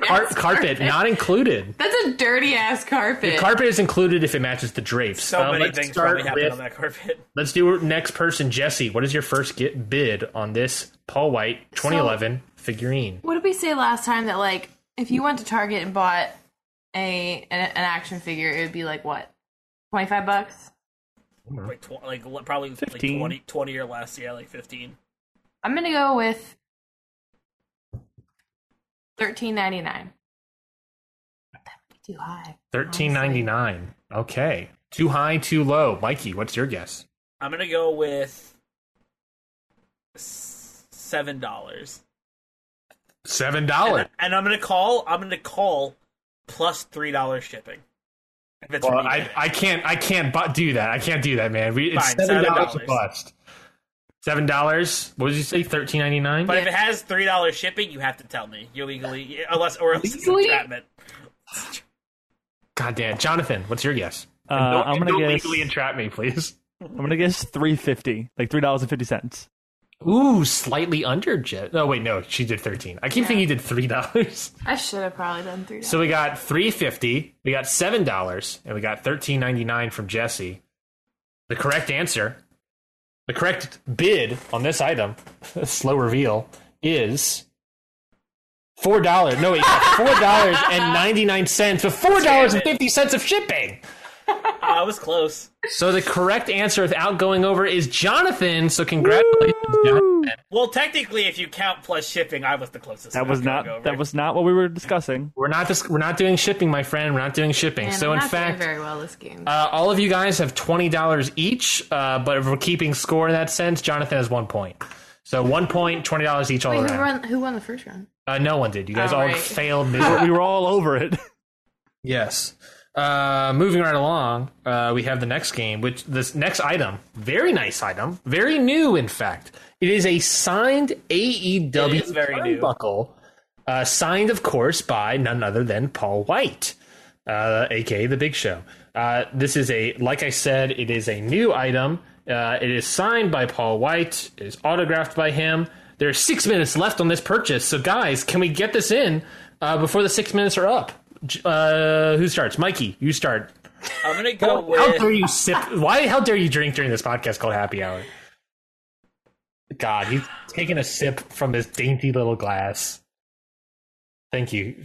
Car- carpet, not included.
That's a dirty ass carpet.
Carpet is included if it matches the drapes.
So
Um,
many
let's
things
start
probably happened
with-
on that carpet.
Let's do next person, Jesse. What is your first get bid on this Paul White 2011 figurine?
what did we say last time that like if you went to Target and bought a an, an action figure, it would be like what twenty five bucks?
Like, tw- like le- probably like
15.
20, 20 or less. Yeah, like fifteen.
I'm gonna go with thirteen ninety nine. That would be too high.
13.99. Okay. Too high, too low. Mikey, what's your guess?
I'm gonna go with s- seven dollars.
Seven dollars.
and I'm gonna call. I'm gonna call plus three dollars shipping. If it's
Well,
from
I,
eBay.
I can't I can't bu- do that. I can't do that, man. We, it's
Fine,
seven dollars a
$7.
bust. Seven dollars. What did you say? Thirteen ninety nine.
but if it has three dollars shipping, you have to tell me. You legally, unless or else it's
Legally?
entrapment.
God damn, Jonathan. What's your guess?
Uh,
And don't
I'm
and
gonna
don't
guess.
legally entrap me, please.
I'm gonna guess three fifty, like three dollars and fifty cents.
Ooh, slightly under jet. No, wait, no, she did thirteen. I keep thinking you did three dollars.
I should have probably done three.
So we got three fifty. We got seven dollars, and we got thirteen ninety nine from Jesse. The correct answer, the correct bid on this item, slow reveal is four dollars. No, wait, four dollars and ninety nine cents with four dollars and fifty cents of shipping.
Uh, I was close.
So the correct answer without going over is Jonathan. So congratulations, Jonathan.
Well, technically, if you count plus shipping, I was the closest.
That was
Not
not.
going over.
That was not what we were discussing.
We're not this, we're not doing shipping, my friend. We're not doing shipping.
Man,
so in
I'm not doing
fact,
very well this game.
Uh, all of you guys have twenty dollars each, uh, but if we're keeping score in that sense, Jonathan has one point. So one point, twenty dollars each all
Wait, who
around.
won? Who won the first round?
Uh, no one did. You guys
Oh,
all
right.
failed.
We
miserably.
were all over it.
yes. Uh, moving right along, uh, we have the next game, which this next item, very nice item, very new, in fact. It is a signed AEW
It is very new.
turnbuckle, uh, signed, of course, by none other than Paul White. uh, aka the Big Show. Uh, this is a, like I said, it is a new item. Uh, it is signed by Paul White. It is autographed by him. There are six minutes left on this purchase, so guys, can we get this in uh, before the six minutes are up? J- Uh, who starts? Mikey, you start.
I'm gonna go
How dare
with.
you sip? Why? How dare you drink during this podcast called Happy Hour? God, he's taking a sip from his dainty little glass. Thank you.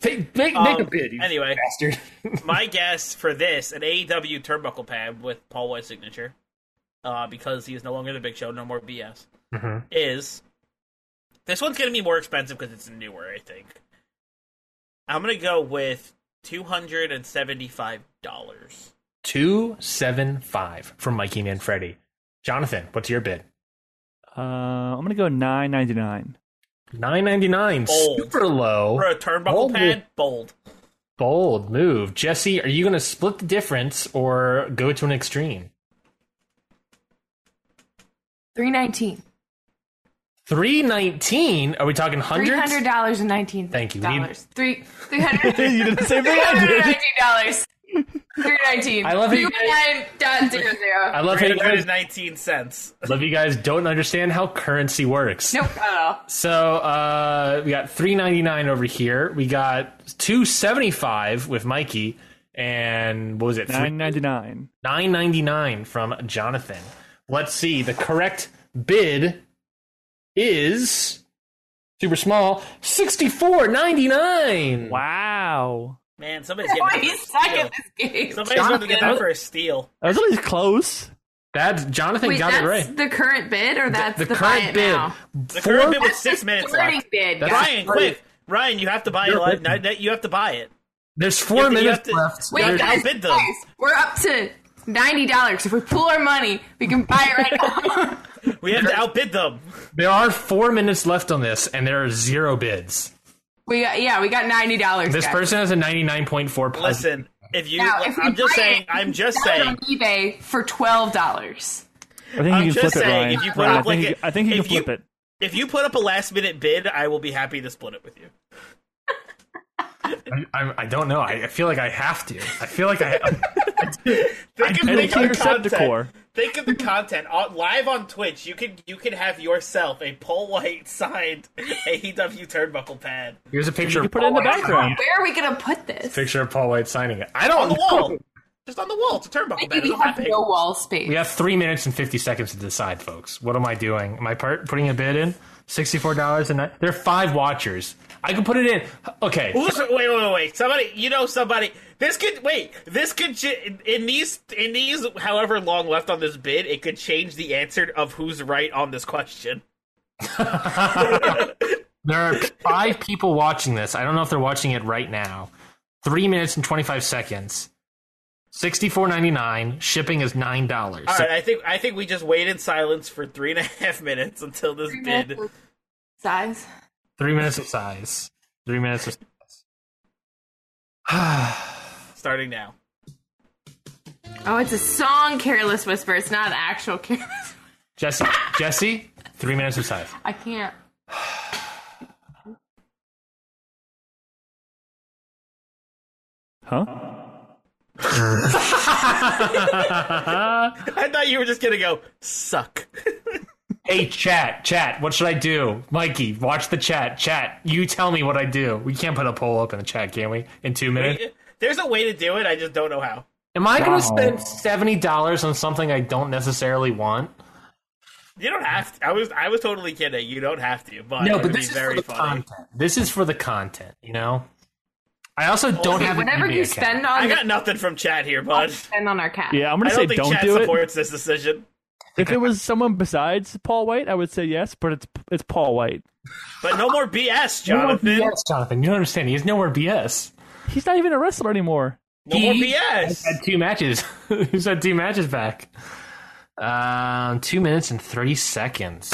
Take, make, make a
Um,
bid, you
anyway.
bastard.
My guess for this, an AEW turnbuckle pad with Paul White's signature, uh, because he is no longer the Big Show, no more BS,
Mm-hmm.
Mhm.
is this one's going to be more expensive because it's newer, I think. I'm going to go with $275.
Two seven five from Mikey Manfredi. Jonathan, what's your bid?
Uh, I'm gonna go nine ninety nine.
Nine ninety nine.
Bold.
Super low.
For a turnbuckle
Bold
pad? Bold.
Bold move. Jesse, are you going to split the difference or go to an extreme?
319
Three nineteen. Are we talking hundreds?
$300 and 19
Thank you. We need-
dollars. Three, 300
you did the same thing I did.
$319 319
I love it, you guys.
319.00
I love how you guys.
$319.
Love you guys. Don't understand how currency works.
Nope, not at all.
So uh, we got three ninety nine over here. We got two seventy five with Mikey, and what was it?
Nine ninety nine.
Nine ninety nine from Jonathan. Let's see. The correct bid is super small sixty four ninety nine.
Wow,
Man, somebody's getting that for a
He's stuck
steal.
at this game.
Somebody's going to get that for a steal.
that was at least close.
That's Jonathan
Wait,
got
that's
it right.
the current bid or that's the,
the
buy
current
it
bid.
now?
The
four-
current bid was
That's
six
the
minutes
starting
left.
bid.
That's-
guys.
Ryan, quick. Ryan, you have to buy it.
You're
li-
with me.
no, no, You have to buy it.
There's four
You have
minutes
to-
left.
Wait,
There's-
I'll
guys,
bid them.
guys, we're up to ninety dollars. If we pull our money, we can buy it right now.
We have to outbid them.
There are four minutes left on this, and there are zero bids.
we got, yeah, we got ninety dollars.
This person has a ninety nine point four.
Listen, if you,
Now, if we
I'm just
buy
saying,
it,
I'm just
sell it
saying,
on eBay for twelve dollars.
I think you
I'm
can
just
flip it,
saying,
Ryan.
if you put
Ryan,
up
I think
like
you,
a-
I think you
if
can flip
you-
it.
if you put up a last minute bid, I will be happy to split it with you.
I, I, I don't know. I, I feel like I have to. I feel like I.
Think of,
And
think
it's a
of the
Receptacore.
content. Think of the content on, live on Twitch. You can you can have yourself a Paul White signed AEW turnbuckle pad
Here's a picture.
You can
of
put it in the
Paul White
background.
Where are we gonna put this?
Picture of Paul White signing it. I don't
on the
know.
wall, just on the wall. It's a turnbuckle
Like,
pad. It's
we
not that
have
big.
no wall space.
We have three minutes and fifty seconds to decide, folks. What am I doing? Am I part, putting a bid in? Sixty-four dollars a night. There are five watchers. I can put it in. Okay.
Who's, wait, wait, wait, wait! Somebody, you know somebody. This could wait. This could ch- in, in these in these however long left on this bid, it could change the answer of who's right on this question.
There are five people watching this. I don't know if they're watching it right now. Three minutes and twenty-five seconds. Sixty-four ninety-nine. Shipping is nine dollars.
All right, I think I think we just wait in silence for three and a half minutes until this bid.
Size.
Three minutes of size. Three minutes of
starting now.
Oh, it's a song, "Careless Whisper." It's not an actual careless.
Jesse. Jesse. Three minutes of size.
I can't.
Huh?
I thought you were just gonna go suck.
Hey, chat, chat. What should I do, Mikey? Watch the chat, chat. You tell me what I do. We can't put a poll up in the chat, can we? In two minutes.
There's a way to do it. I just don't know how.
Am I going
Wow.
to spend seventy dollars on something I don't necessarily want?
You don't have to. I was I was totally kidding. You don't have to. But
No,
it would
but this
be
is
very
for the
funny.
content. This is for the content. You know. I also don't have an
Whatever
eBay
you
account.
spend
I
on,
got nothing from chat here, bud.
spend on our cat.
Yeah, I'm
I
gonna
don't
say
think
don't
chat
do it.
supports this decision.
If it was someone besides Paul White, I would say yes, but it's it's Paul White.
But no more BS,
No more
Jonathan.
BS, Jonathan. You don't understand. He has no more BS.
He's not even a wrestler anymore.
No more
He-
BS.
had two matches. He's had two matches back. Um, two minutes and thirty seconds.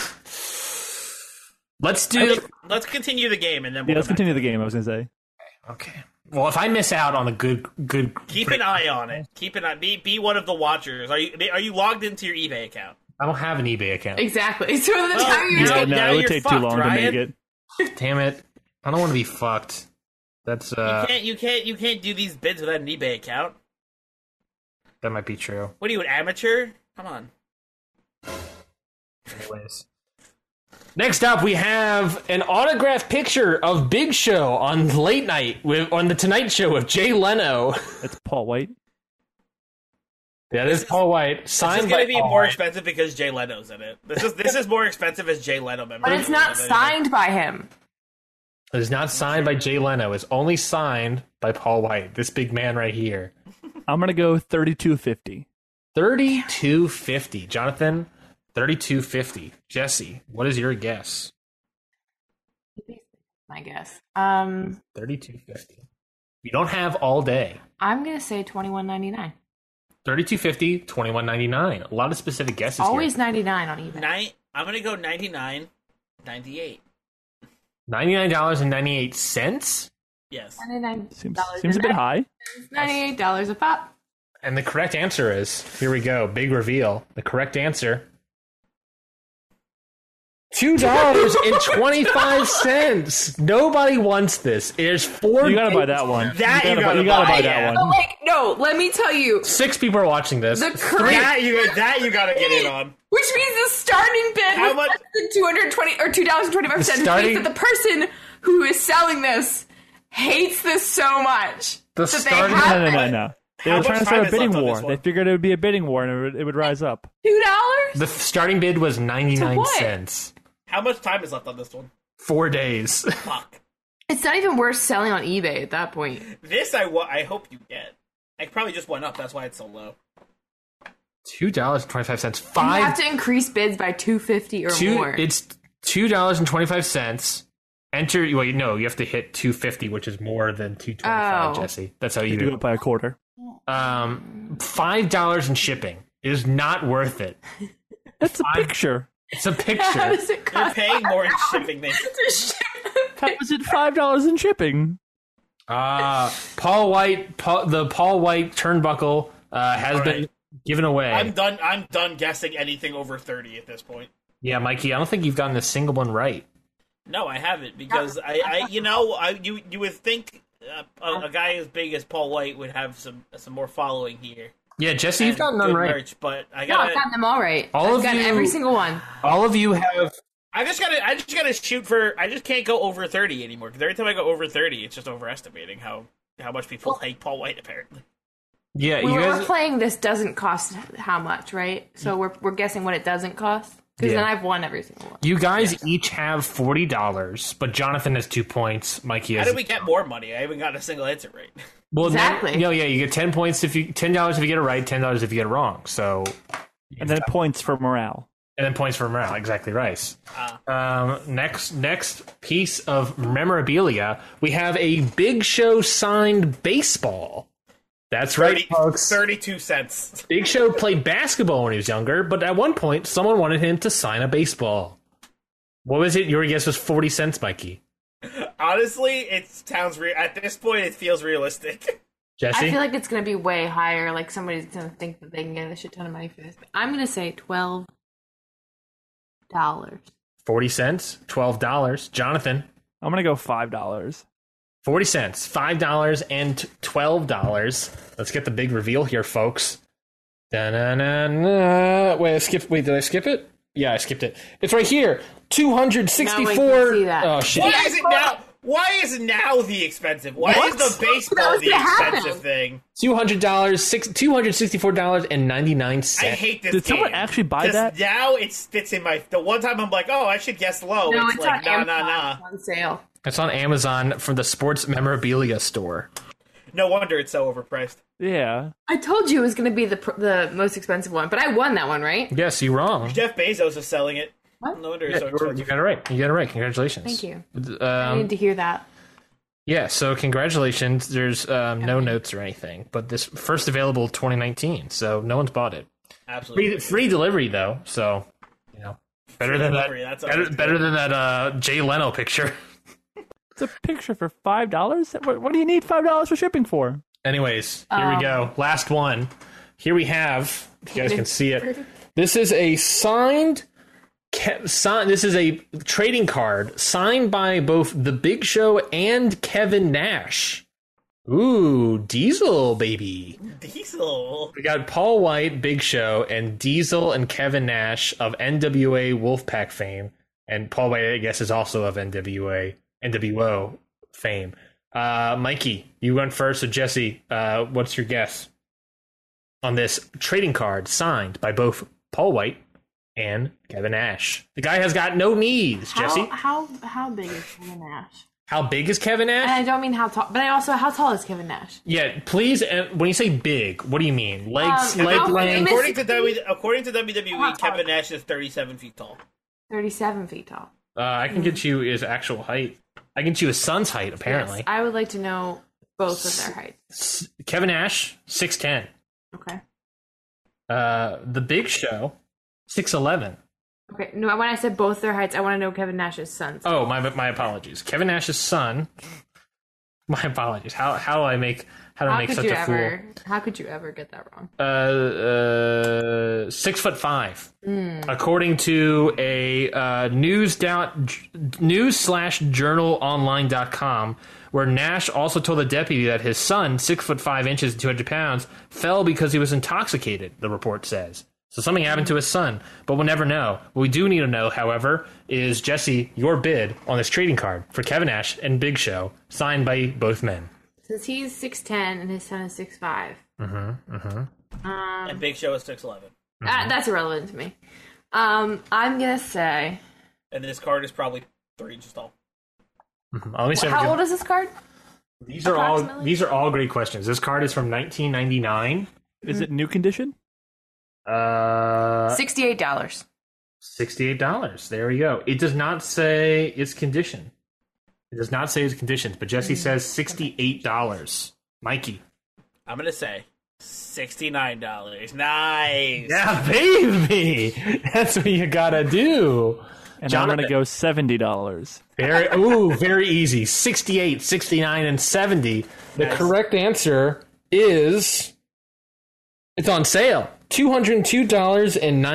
Let's
I
do.
think- let's continue the game and then we'll
Yeah, let's
come back.
continue the game. I was gonna say.
Okay. Well, if I miss out on a good, good,
Keep an eye on it. Keep an eye. Be be one of the watchers. Are you are you logged into your eBay account?
I don't have an eBay account.
Exactly. So the time
now-
you're
Yeah,
Oh,
no,
now
it would
you're
take
fucked,
too long
Ryan.
to make it.
Damn it! I don't want to be fucked. That's uh,
you can't you can't you can't do these bids without an eBay account.
that might be true.
What are you, an amateur? Come on.
Anyways. Next up, we have an autographed picture of Big Show on late night with on the Tonight Show with Jay Leno.
It's Paul White.
That is Paul White.
This
Signed
is going
by
to be
Paul
more
White.
expensive because Jay Leno's in it. This is this is more expensive as Jay Leno member.
But it's not signed by him.
It is not signed by Jay Leno. It's only signed by Paul White, this big man right here.
I'm gonna go thirty-two fifty.
Thirty-two fifty, Jonathan. Thirty-two fifty, Jesse. What is your guess?
I guess. Um,
Thirty-two fifty. We don't have all day.
I'm gonna say twenty one ninety nine.
3250 2199 a lot of specific guesses
Always
here.
ninety nine on eBay.
Nine, I'm going to go 99, 98.
$99.98
Yes.
Ninety nine
Seems seems a bit high.
Ninety eight dollars a pop.
and the correct answer is here we go big reveal the correct answer $2.25 nobody wants this there's four
You gotta buy
days-
that one.
That
you
you
gotta, buy,
gotta
you gotta
buy,
buy
yeah.
that
But
one.
like, no, let me tell you,
six people are watching this
the correct,
That you that you got to get in on.
which means the starting bid
How
was
much-
less than two hundred twenty or two dollars twenty five cents.
starting-
That the person who is selling this hates this so much
The
that they
starting-
have
No, no, no, no. They
How
were
much
trying to
time
start a
is
bidding
left on
war.
this
They
one?
figured it would be a bidding war and it would, it would rise up.
two dollars.
the f- starting bid was 99
what?
cents
How much time is left on this one?
four days
Fuck.
It's not even worth selling on eBay at that point.
This I wa- I hope you get. I probably just went up. That's why it's so low.
$2.25
You
five
have to increase bids by two fifty or
two
more.
it's two dollars and twenty five cents. Enter well you no, you have to hit two fifty, which is more than two twenty five,
Oh.
Jesse. That's how you
They
do
do it
it.
by a quarter.
Um five dollars in shipping is not worth it.
That's a picture.
It's a
How
picture.
does it
You're
cost
paying more in shipping than
to ship a
That was at five dollars in shipping.
uh Paul White Paul, the Paul White turnbuckle uh, has
All
been
right.
given away.
I'm done. I'm done guessing anything over thirty at this point.
yeah, Mikey, I don't think you've gotten a single one right.
No, I haven't because I, I you know, I you you would think uh, a, a guy as big as Paul White would have some some more following here.
Yeah, Jesse, you've
and
gotten none
good
right.
merch, but I
No,
got
I've
to
gotten them all right.
All
I've
of
gotten
you-
every single one.
All of you have
I just gotta I just gotta shoot for I just can't go over thirty anymore because every time I go over thirty, it's just overestimating how how much people like Paul White apparently.
Yeah,
Well,
you
we're
guys Mm.
playing this doesn't cost how much, right? So we're we're guessing what it doesn't cost. Because
Yeah.
then I've won every single one.
you guys each have forty dollars, but Jonathan has two points, Mikey
How
has
did we get more money? I haven't gotten a single answer right.
Well,
Exactly.
No, yeah, you get ten points if you ten dollars if you get it right, ten dollars if you get it wrong. So,
And then points for morale.
and then points for morale. Exactly, Rice. Um, next, next piece of memorabilia, we have a Big Show signed baseball. That's right, folks.
Thirty-two cents.
Big Show played basketball when he was younger, but at one point, someone wanted him to sign a baseball. What was it? Your guess was forty cents, Mikey.
Honestly, it sounds real. At this point, it feels realistic.
Jesse.
I feel like it's gonna be way higher. Like somebody's gonna think that they can get a shit ton of money for this. I'm gonna say twelve dollars.
40 cents, $12. Jonathan,
I'm gonna go five dollars.
40 cents, $5 and $12. Let's get the big reveal here, folks. Da-na-na-na. Wait, I skipped. Wait, did I skip it? Yeah, I skipped it. It's right here. 264.
No, wait, you see that.
Oh, shit.
Why is it now? Why is now the expensive? Why is
What?
the
That
baseball
was
the
gonna happen.
expensive thing?
$200, six, $264.99.
I hate this.
Did
game.
someone actually buy
'Cause
that?
Now it sits in my. The one time I'm like, oh, I should guess low.
No,
it's,
it's,
like,
on
nah,
Amazon.
nah, nah.
It's on sale.
It's on Amazon from the sports memorabilia store.
No wonder it's so overpriced.
Yeah.
I told you it was gonna be the pr- the most expensive one, but I won that one, right?
Yes, you're wrong.
Jeff Bezos is selling it.
What?
No wonder
Yeah,
it's so
you were- you
expensive.
got it right. You got it right. Congratulations.
Thank you. I
Um,
need to hear that.
Yeah, so congratulations. There's um, no notes or anything, but this first available 2019, so no one's bought it.
Absolutely.
Free, free delivery though, so you know better
Free
than
delivery,
that.
that's
Better,
always
better than that uh, Jay Leno picture.
It's a picture for five dollars? What, what do you need five dollars for shipping for?
Anyways, here we go. Last one. Here we have. If you guys can see it. This is a signed. Ke- sign, this is a trading card signed by both The Big Show and Kevin Nash. Ooh, Diesel baby.
Diesel.
We got Paul White, Big Show, and Diesel and Kevin Nash of NWA Wolfpack fame, and Paul White, I guess, is also of NWA NWO fame. Uh, Mikey, you went first. So Jesse, uh, what's your guess? on this trading card signed by both Paul White and Kevin Nash. The guy has got no knees, Jesse.
How, how how big is Kevin Nash?
How big is Kevin Nash?
And I don't mean how tall, but I also how tall is Kevin Nash?
yeah, please. Uh, when you say big, what do you mean? Legs,
Um,
leg
how
length.
famous-
According to w, according to WWE,
Hot dog.
Kevin Nash is 37 feet tall.
Thirty-seven feet tall.
Uh, I
Hmm.
can get you his actual height. I can get you his son's height. Apparently,
Yes, I would like to know both of their heights.
S- Kevin Nash, six ten.
Okay.
Uh, the Big Show, six eleven.
Okay. No, when I said both their heights, I want to know Kevin Nash's son's.
Oh, my my apologies. Kevin Nash's son. My apologies. How how do I make how do I
how
make
could
such
you
a
ever? How could you ever get that wrong?
fool? Uh, uh, six foot five, according to a uh, news dot news slash journal online dot com, where Nash also told the deputy that his son, six foot five inches and two hundred pounds, fell because he was intoxicated. The report says. So something happened to his son, but we'll never know. What we do need to know, however, is Jesse your bid on this trading card for Kevin Nash and Big Show, signed by both men.
Since he's six ten and his son is six five. Um,
And Big Show is 6'11.
Ah,
Mm-hmm.
that's irrelevant to me. Um, I'm gonna say.
And this card is probably three inches tall.
Mm-hmm. Let me see if I
How
can-
old is this card?
These are all
Approximately?
these are all great questions. This card is from 1999.
Is it new condition?
Uh,
Sixty-eight dollars.
sixty-eight dollars. There we go. It does not say its condition. It does not say its conditions, but Jesse says sixty-eight dollars. Mikey,
I'm going to say $69. Nice.
yeah, baby, that's what you gotta do.
And I'm
Jonathan.
going to go seventy dollars.
Very ooh, very easy. 68, 69, and 70. The correct answer is it's on sale.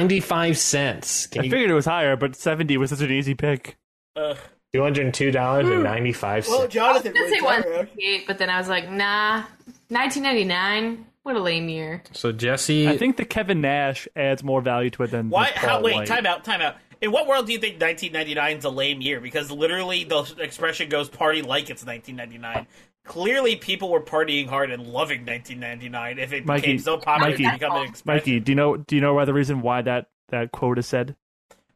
$202.95.
I
Can you,
figured it was higher, but seventy was such an easy pick.
Ugh.
$202.95.
Well, Jonathan,
I was
wins
gonna
that
say
round.
168, but then I was like, nah, 1999. What a lame year.
so Jesse
I think the Kevin Nash adds more value to it than
Why?
the
How,
Paul
wait,
White.
time out, time out. In what world do you think 1999 is a lame year? Because literally, the expression goes "party like it's 1999." Clearly, people were partying hard and loving 1999. If it
Mikey,
became so popular,
Mikey,
to become an expression
Mikey, do you know do you know why the reason why that that quote is said?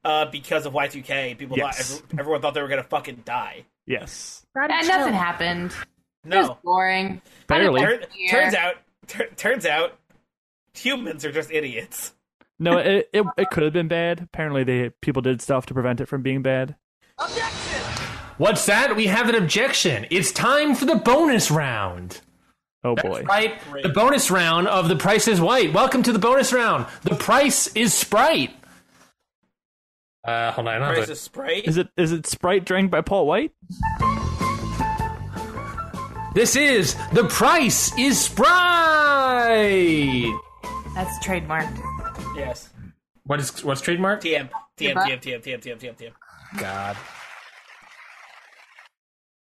uh, because of Y2K, people
Yes.
thought every- everyone thought they were gonna fucking die.
Yes,
Yeah, nothing happened. It was
No,
boring.
barely.
Tur-
Yeah.
turns out, tur- turns out, humans are just idiots.
No, it it, it could have been bad. Apparently, they people did stuff to prevent it from being bad.
What's that? We have an objection. It's time for the bonus round.
Oh boy,
Right? The bonus round of The Price is White. Welcome to the bonus round. The price is Sprite. Uh, hold on. I don't have
Price
the-
is Sprite.
is it is it Sprite drank by Paul White?
This is The Price is Sprite.
That's trademarked.
Yes.
What is what's trademark?
TM. TM. TM. TM. TM. TM. TM. TM.
God.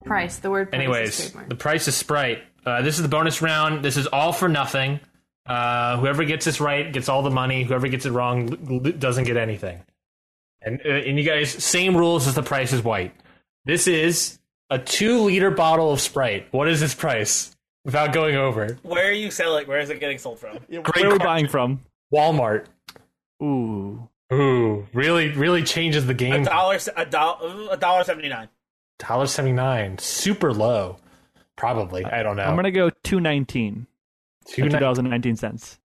Price, the word price is
Anyways,
trademarked.
The Price is Sprite. Uh, this is the bonus round. This is all for nothing. Uh, whoever gets this right gets all the money. Whoever gets it wrong l- l- doesn't get anything. And uh, and you guys, same rules as The Price is White. This is a two liter bottle of Sprite. What is its price? Without going over,
Where are you selling? Where is it getting sold from?
Where are we buying from?
Walmart.
Ooh,
Ooh, really, really changes the
A
game.
dollar, a dollar, a dollar seventy nine.
dollar seventy nine, super low. Probably, I don't know.
I'm gonna go two nineteen.
Two
Two
ni-
dollars and nineteen cents.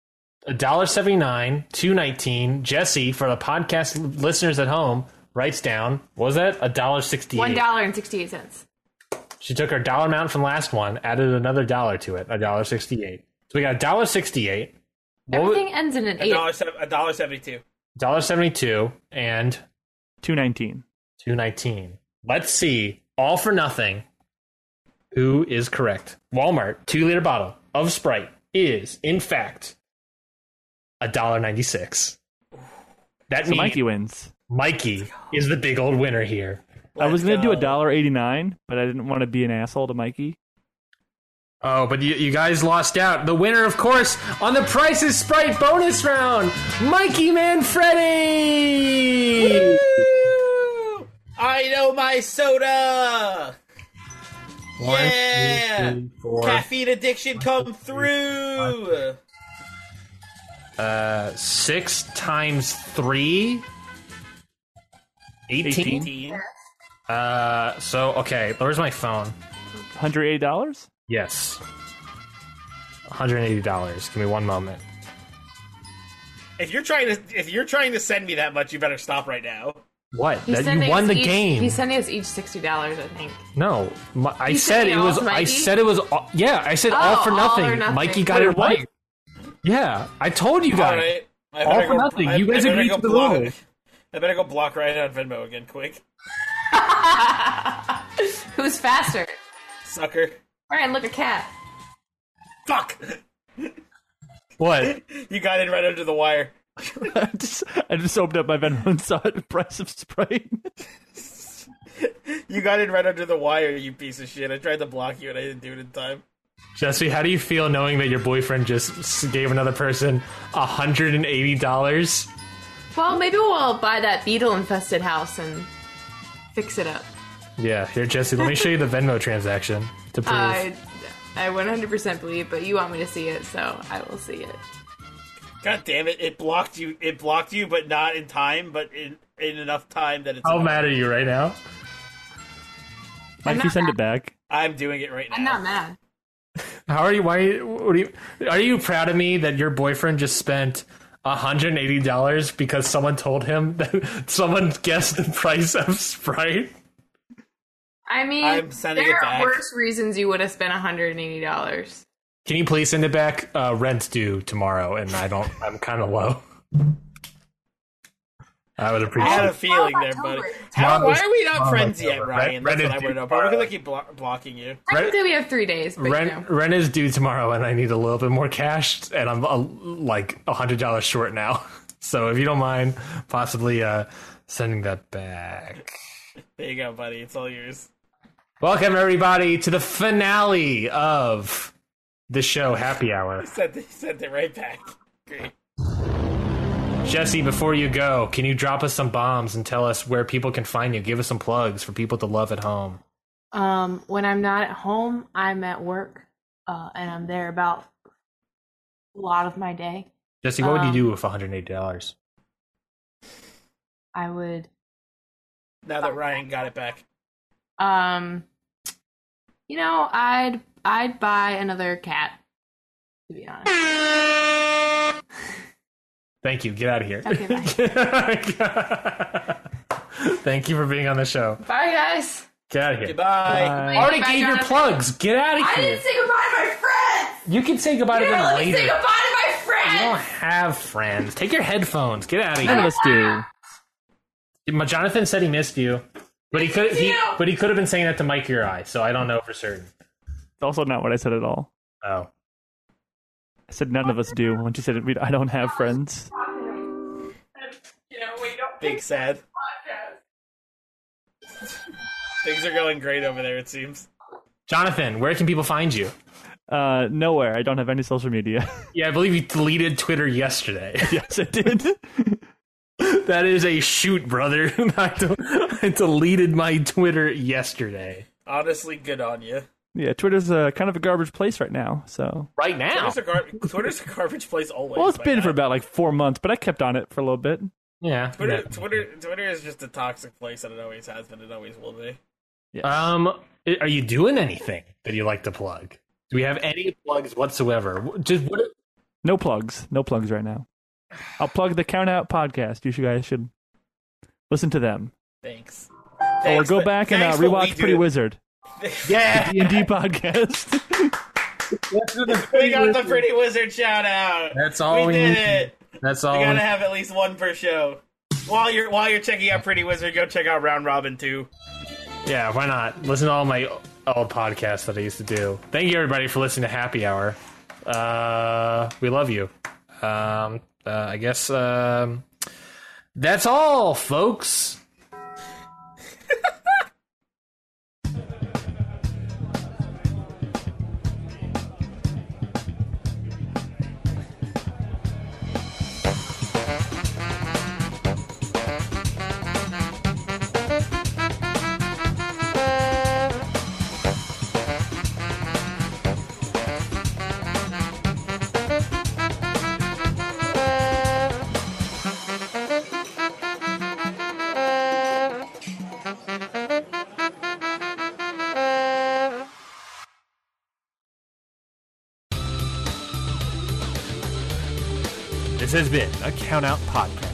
a dollar seventy nine, two nineteen. Jesse, for the podcast listeners at home, writes down what was that a dollar sixty
One
eight.
dollar and sixty-eight cents.
She took her dollar amount from last one, added another dollar to it, a dollar sixty eight. So we got a dollar sixty eight,
Everything ends in an
A
eight.
dollar, sev- a dollar seventy two.
dollar seventy two, and
Two nineteen.
two nineteen. Let's see, all for nothing. Who is correct? Walmart two liter bottle of Sprite is in fact a dollar ninety six. That
So
means
Mikey wins.
Mikey is the big old winner here.
I was gonna do a
go.
dollar eighty nine, but I didn't want to be an asshole to Mikey.
Oh, but you, you guys lost out. The winner, of course, on the Price is Sprite bonus round, Mikey Manfredi!
I know my soda. yeah, caffeine addiction come through.
Uh, six times three. 18? Uh, so okay, where's my phone?
Hundred eighty dollars.
Yes. $180. Give me one moment.
If you're trying to if you're trying to send me that much, you better stop right now.
What?
He's
That you
sending
won
us
the
each-
game.
He's sending us each sixty dollars, I think.
no, my, I
You
said
said
it was.
all,
I
Mikey?
said it was. All, yeah, I said all
Oh,
for
all
nothing.
or nothing.
Mikey got
Wait,
it
what?
right. Yeah, I told you guys.
All right. I
All
better
for
go-
nothing.
I-
You guys
I better
agreed
go
to the
block-
rule.
I better go block Ryan on Venmo again, quick,
Who's faster?
sucker.
Ryan, look at cat.
Fuck!
What?
You got in right under the wire.
I just, I just opened up my Venmo and saw the price of Sprite.
You got in right under the wire, you piece of shit. I tried to block you and I didn't do it in time.
Jesse, how do you feel knowing that your boyfriend just s- gave another person $180?
Well, maybe we'll buy that beetle infested house and fix it up.
Yeah, here, Jesse, let me show you the Venmo transaction to prove.
I I 100% believe, but you want me to see it, so I will see it.
God damn it! It blocked you. It blocked you, but not in time, but in in enough time that it's.
How mad are you right now?
Mike, you
not
send it back.
I'm doing it right now.
I'm not mad.
How are you? Why? Are you, what are you? Are you proud of me that your boyfriend just spent hundred and eighty dollars because someone told him that someone guessed the price of Sprite?
I mean,
I'm sending it
there are
back.
worse reasons you would have spent $180.
Can you please send it back? Uh, rent's due tomorrow, and I don't. I'm kind of low. I would
I
appreciate.
had a
it.
feeling there, buddy.
October.
How, why
Tomorrow's-
are we not
tomorrow's
friends yet,
October.
Ryan?
Ren-
That's what
Ren
I
is
want to
due
know. But we're
tomorrow.
gonna keep blo- blocking you.
Technically, we have three days, but you know.
Rent, rent is due tomorrow, and I need a little bit more cash, and I'm uh, like hundred dollars short now. So if you don't mind, possibly uh, sending that back.
There you go, buddy. It's all yours.
Welcome everybody to the finale of the show Happy Hour.
Sent it, sent it right back. Great.
Jesse, before you go, can you drop us some bombs and tell us where people can find you? Give us some plugs for people to love at home.
Um, when I'm not at home, I'm at work, uh, and I'm there about a lot of my day.
Jesse, what would you
Um,
do with $180?
I would,
Now that Ryan got it back,
um, you know, I'd I'd buy another cat. To be honest,
Thank you. Get out of here.
Okay,
Thank you for being on the show.
bye guys.
Get out of here.
Uh,
goodbye.
I already
Bye,
gave your
Jonathan.
plugs. Get out of
I
here.
didn't say goodbye to my friends.
You can say goodbye to
Here,
them
let me
later.
say goodbye to my
I don't
friends.
have friends. Take your headphones. Get out of here.
None of us do.
My- Jonathan said he missed you, but he could he,
you.
but he could have been saying that to Mike your eye, so I don't know for certain.
Also, not what I said at all.
Oh,
I said none of us do. When you said it, we- I don't have friends.
You know, we don't
Big sad. Things are going great over there. It seems.
Jonathan, where can people find you?
Uh, nowhere. I don't have any social media.
Yeah, I believe you deleted Twitter yesterday.
yes, I did.
that is a shoot, brother. I, del- I deleted my Twitter yesterday.
Honestly, good on you.
yeah, Twitter's uh, kind of a garbage place right now. So,
Right now.
Twitter's a, gar- Twitter's a garbage place always.
well, it's
my
been
God.
for about like four months, but I kept on it for a little bit.
Yeah.
Twitter, Twitter, Twitter is just a toxic place, and it always has been, and it always will be.
Um, i- are you doing anything that you like to plug? Do we have any plugs whatsoever? Just what?
No plugs. No plugs right now. I'll plug the Count Out podcast. You should- guys should listen to them.
Thanks.
Or
Thanks,
go
but-
back and uh,
thanks for what we
rewatch
do
Pretty
to-
Wizard.
Yeah.
D and D podcast.
We got the pretty wizard shout out.
That's all we,
we did
need.
it.
That's
We
all.
gotta have at least one per show. While you're while you're checking out Pretty Wizard, go check out Round Robin too.
Yeah, why not? Listen to all my old podcasts that I used to do. Thank you, everybody, for listening to Happy Hour. Uh, we love you. Um, uh, I guess um, that's all, folks.
Thank
This has been a Countout Podcast.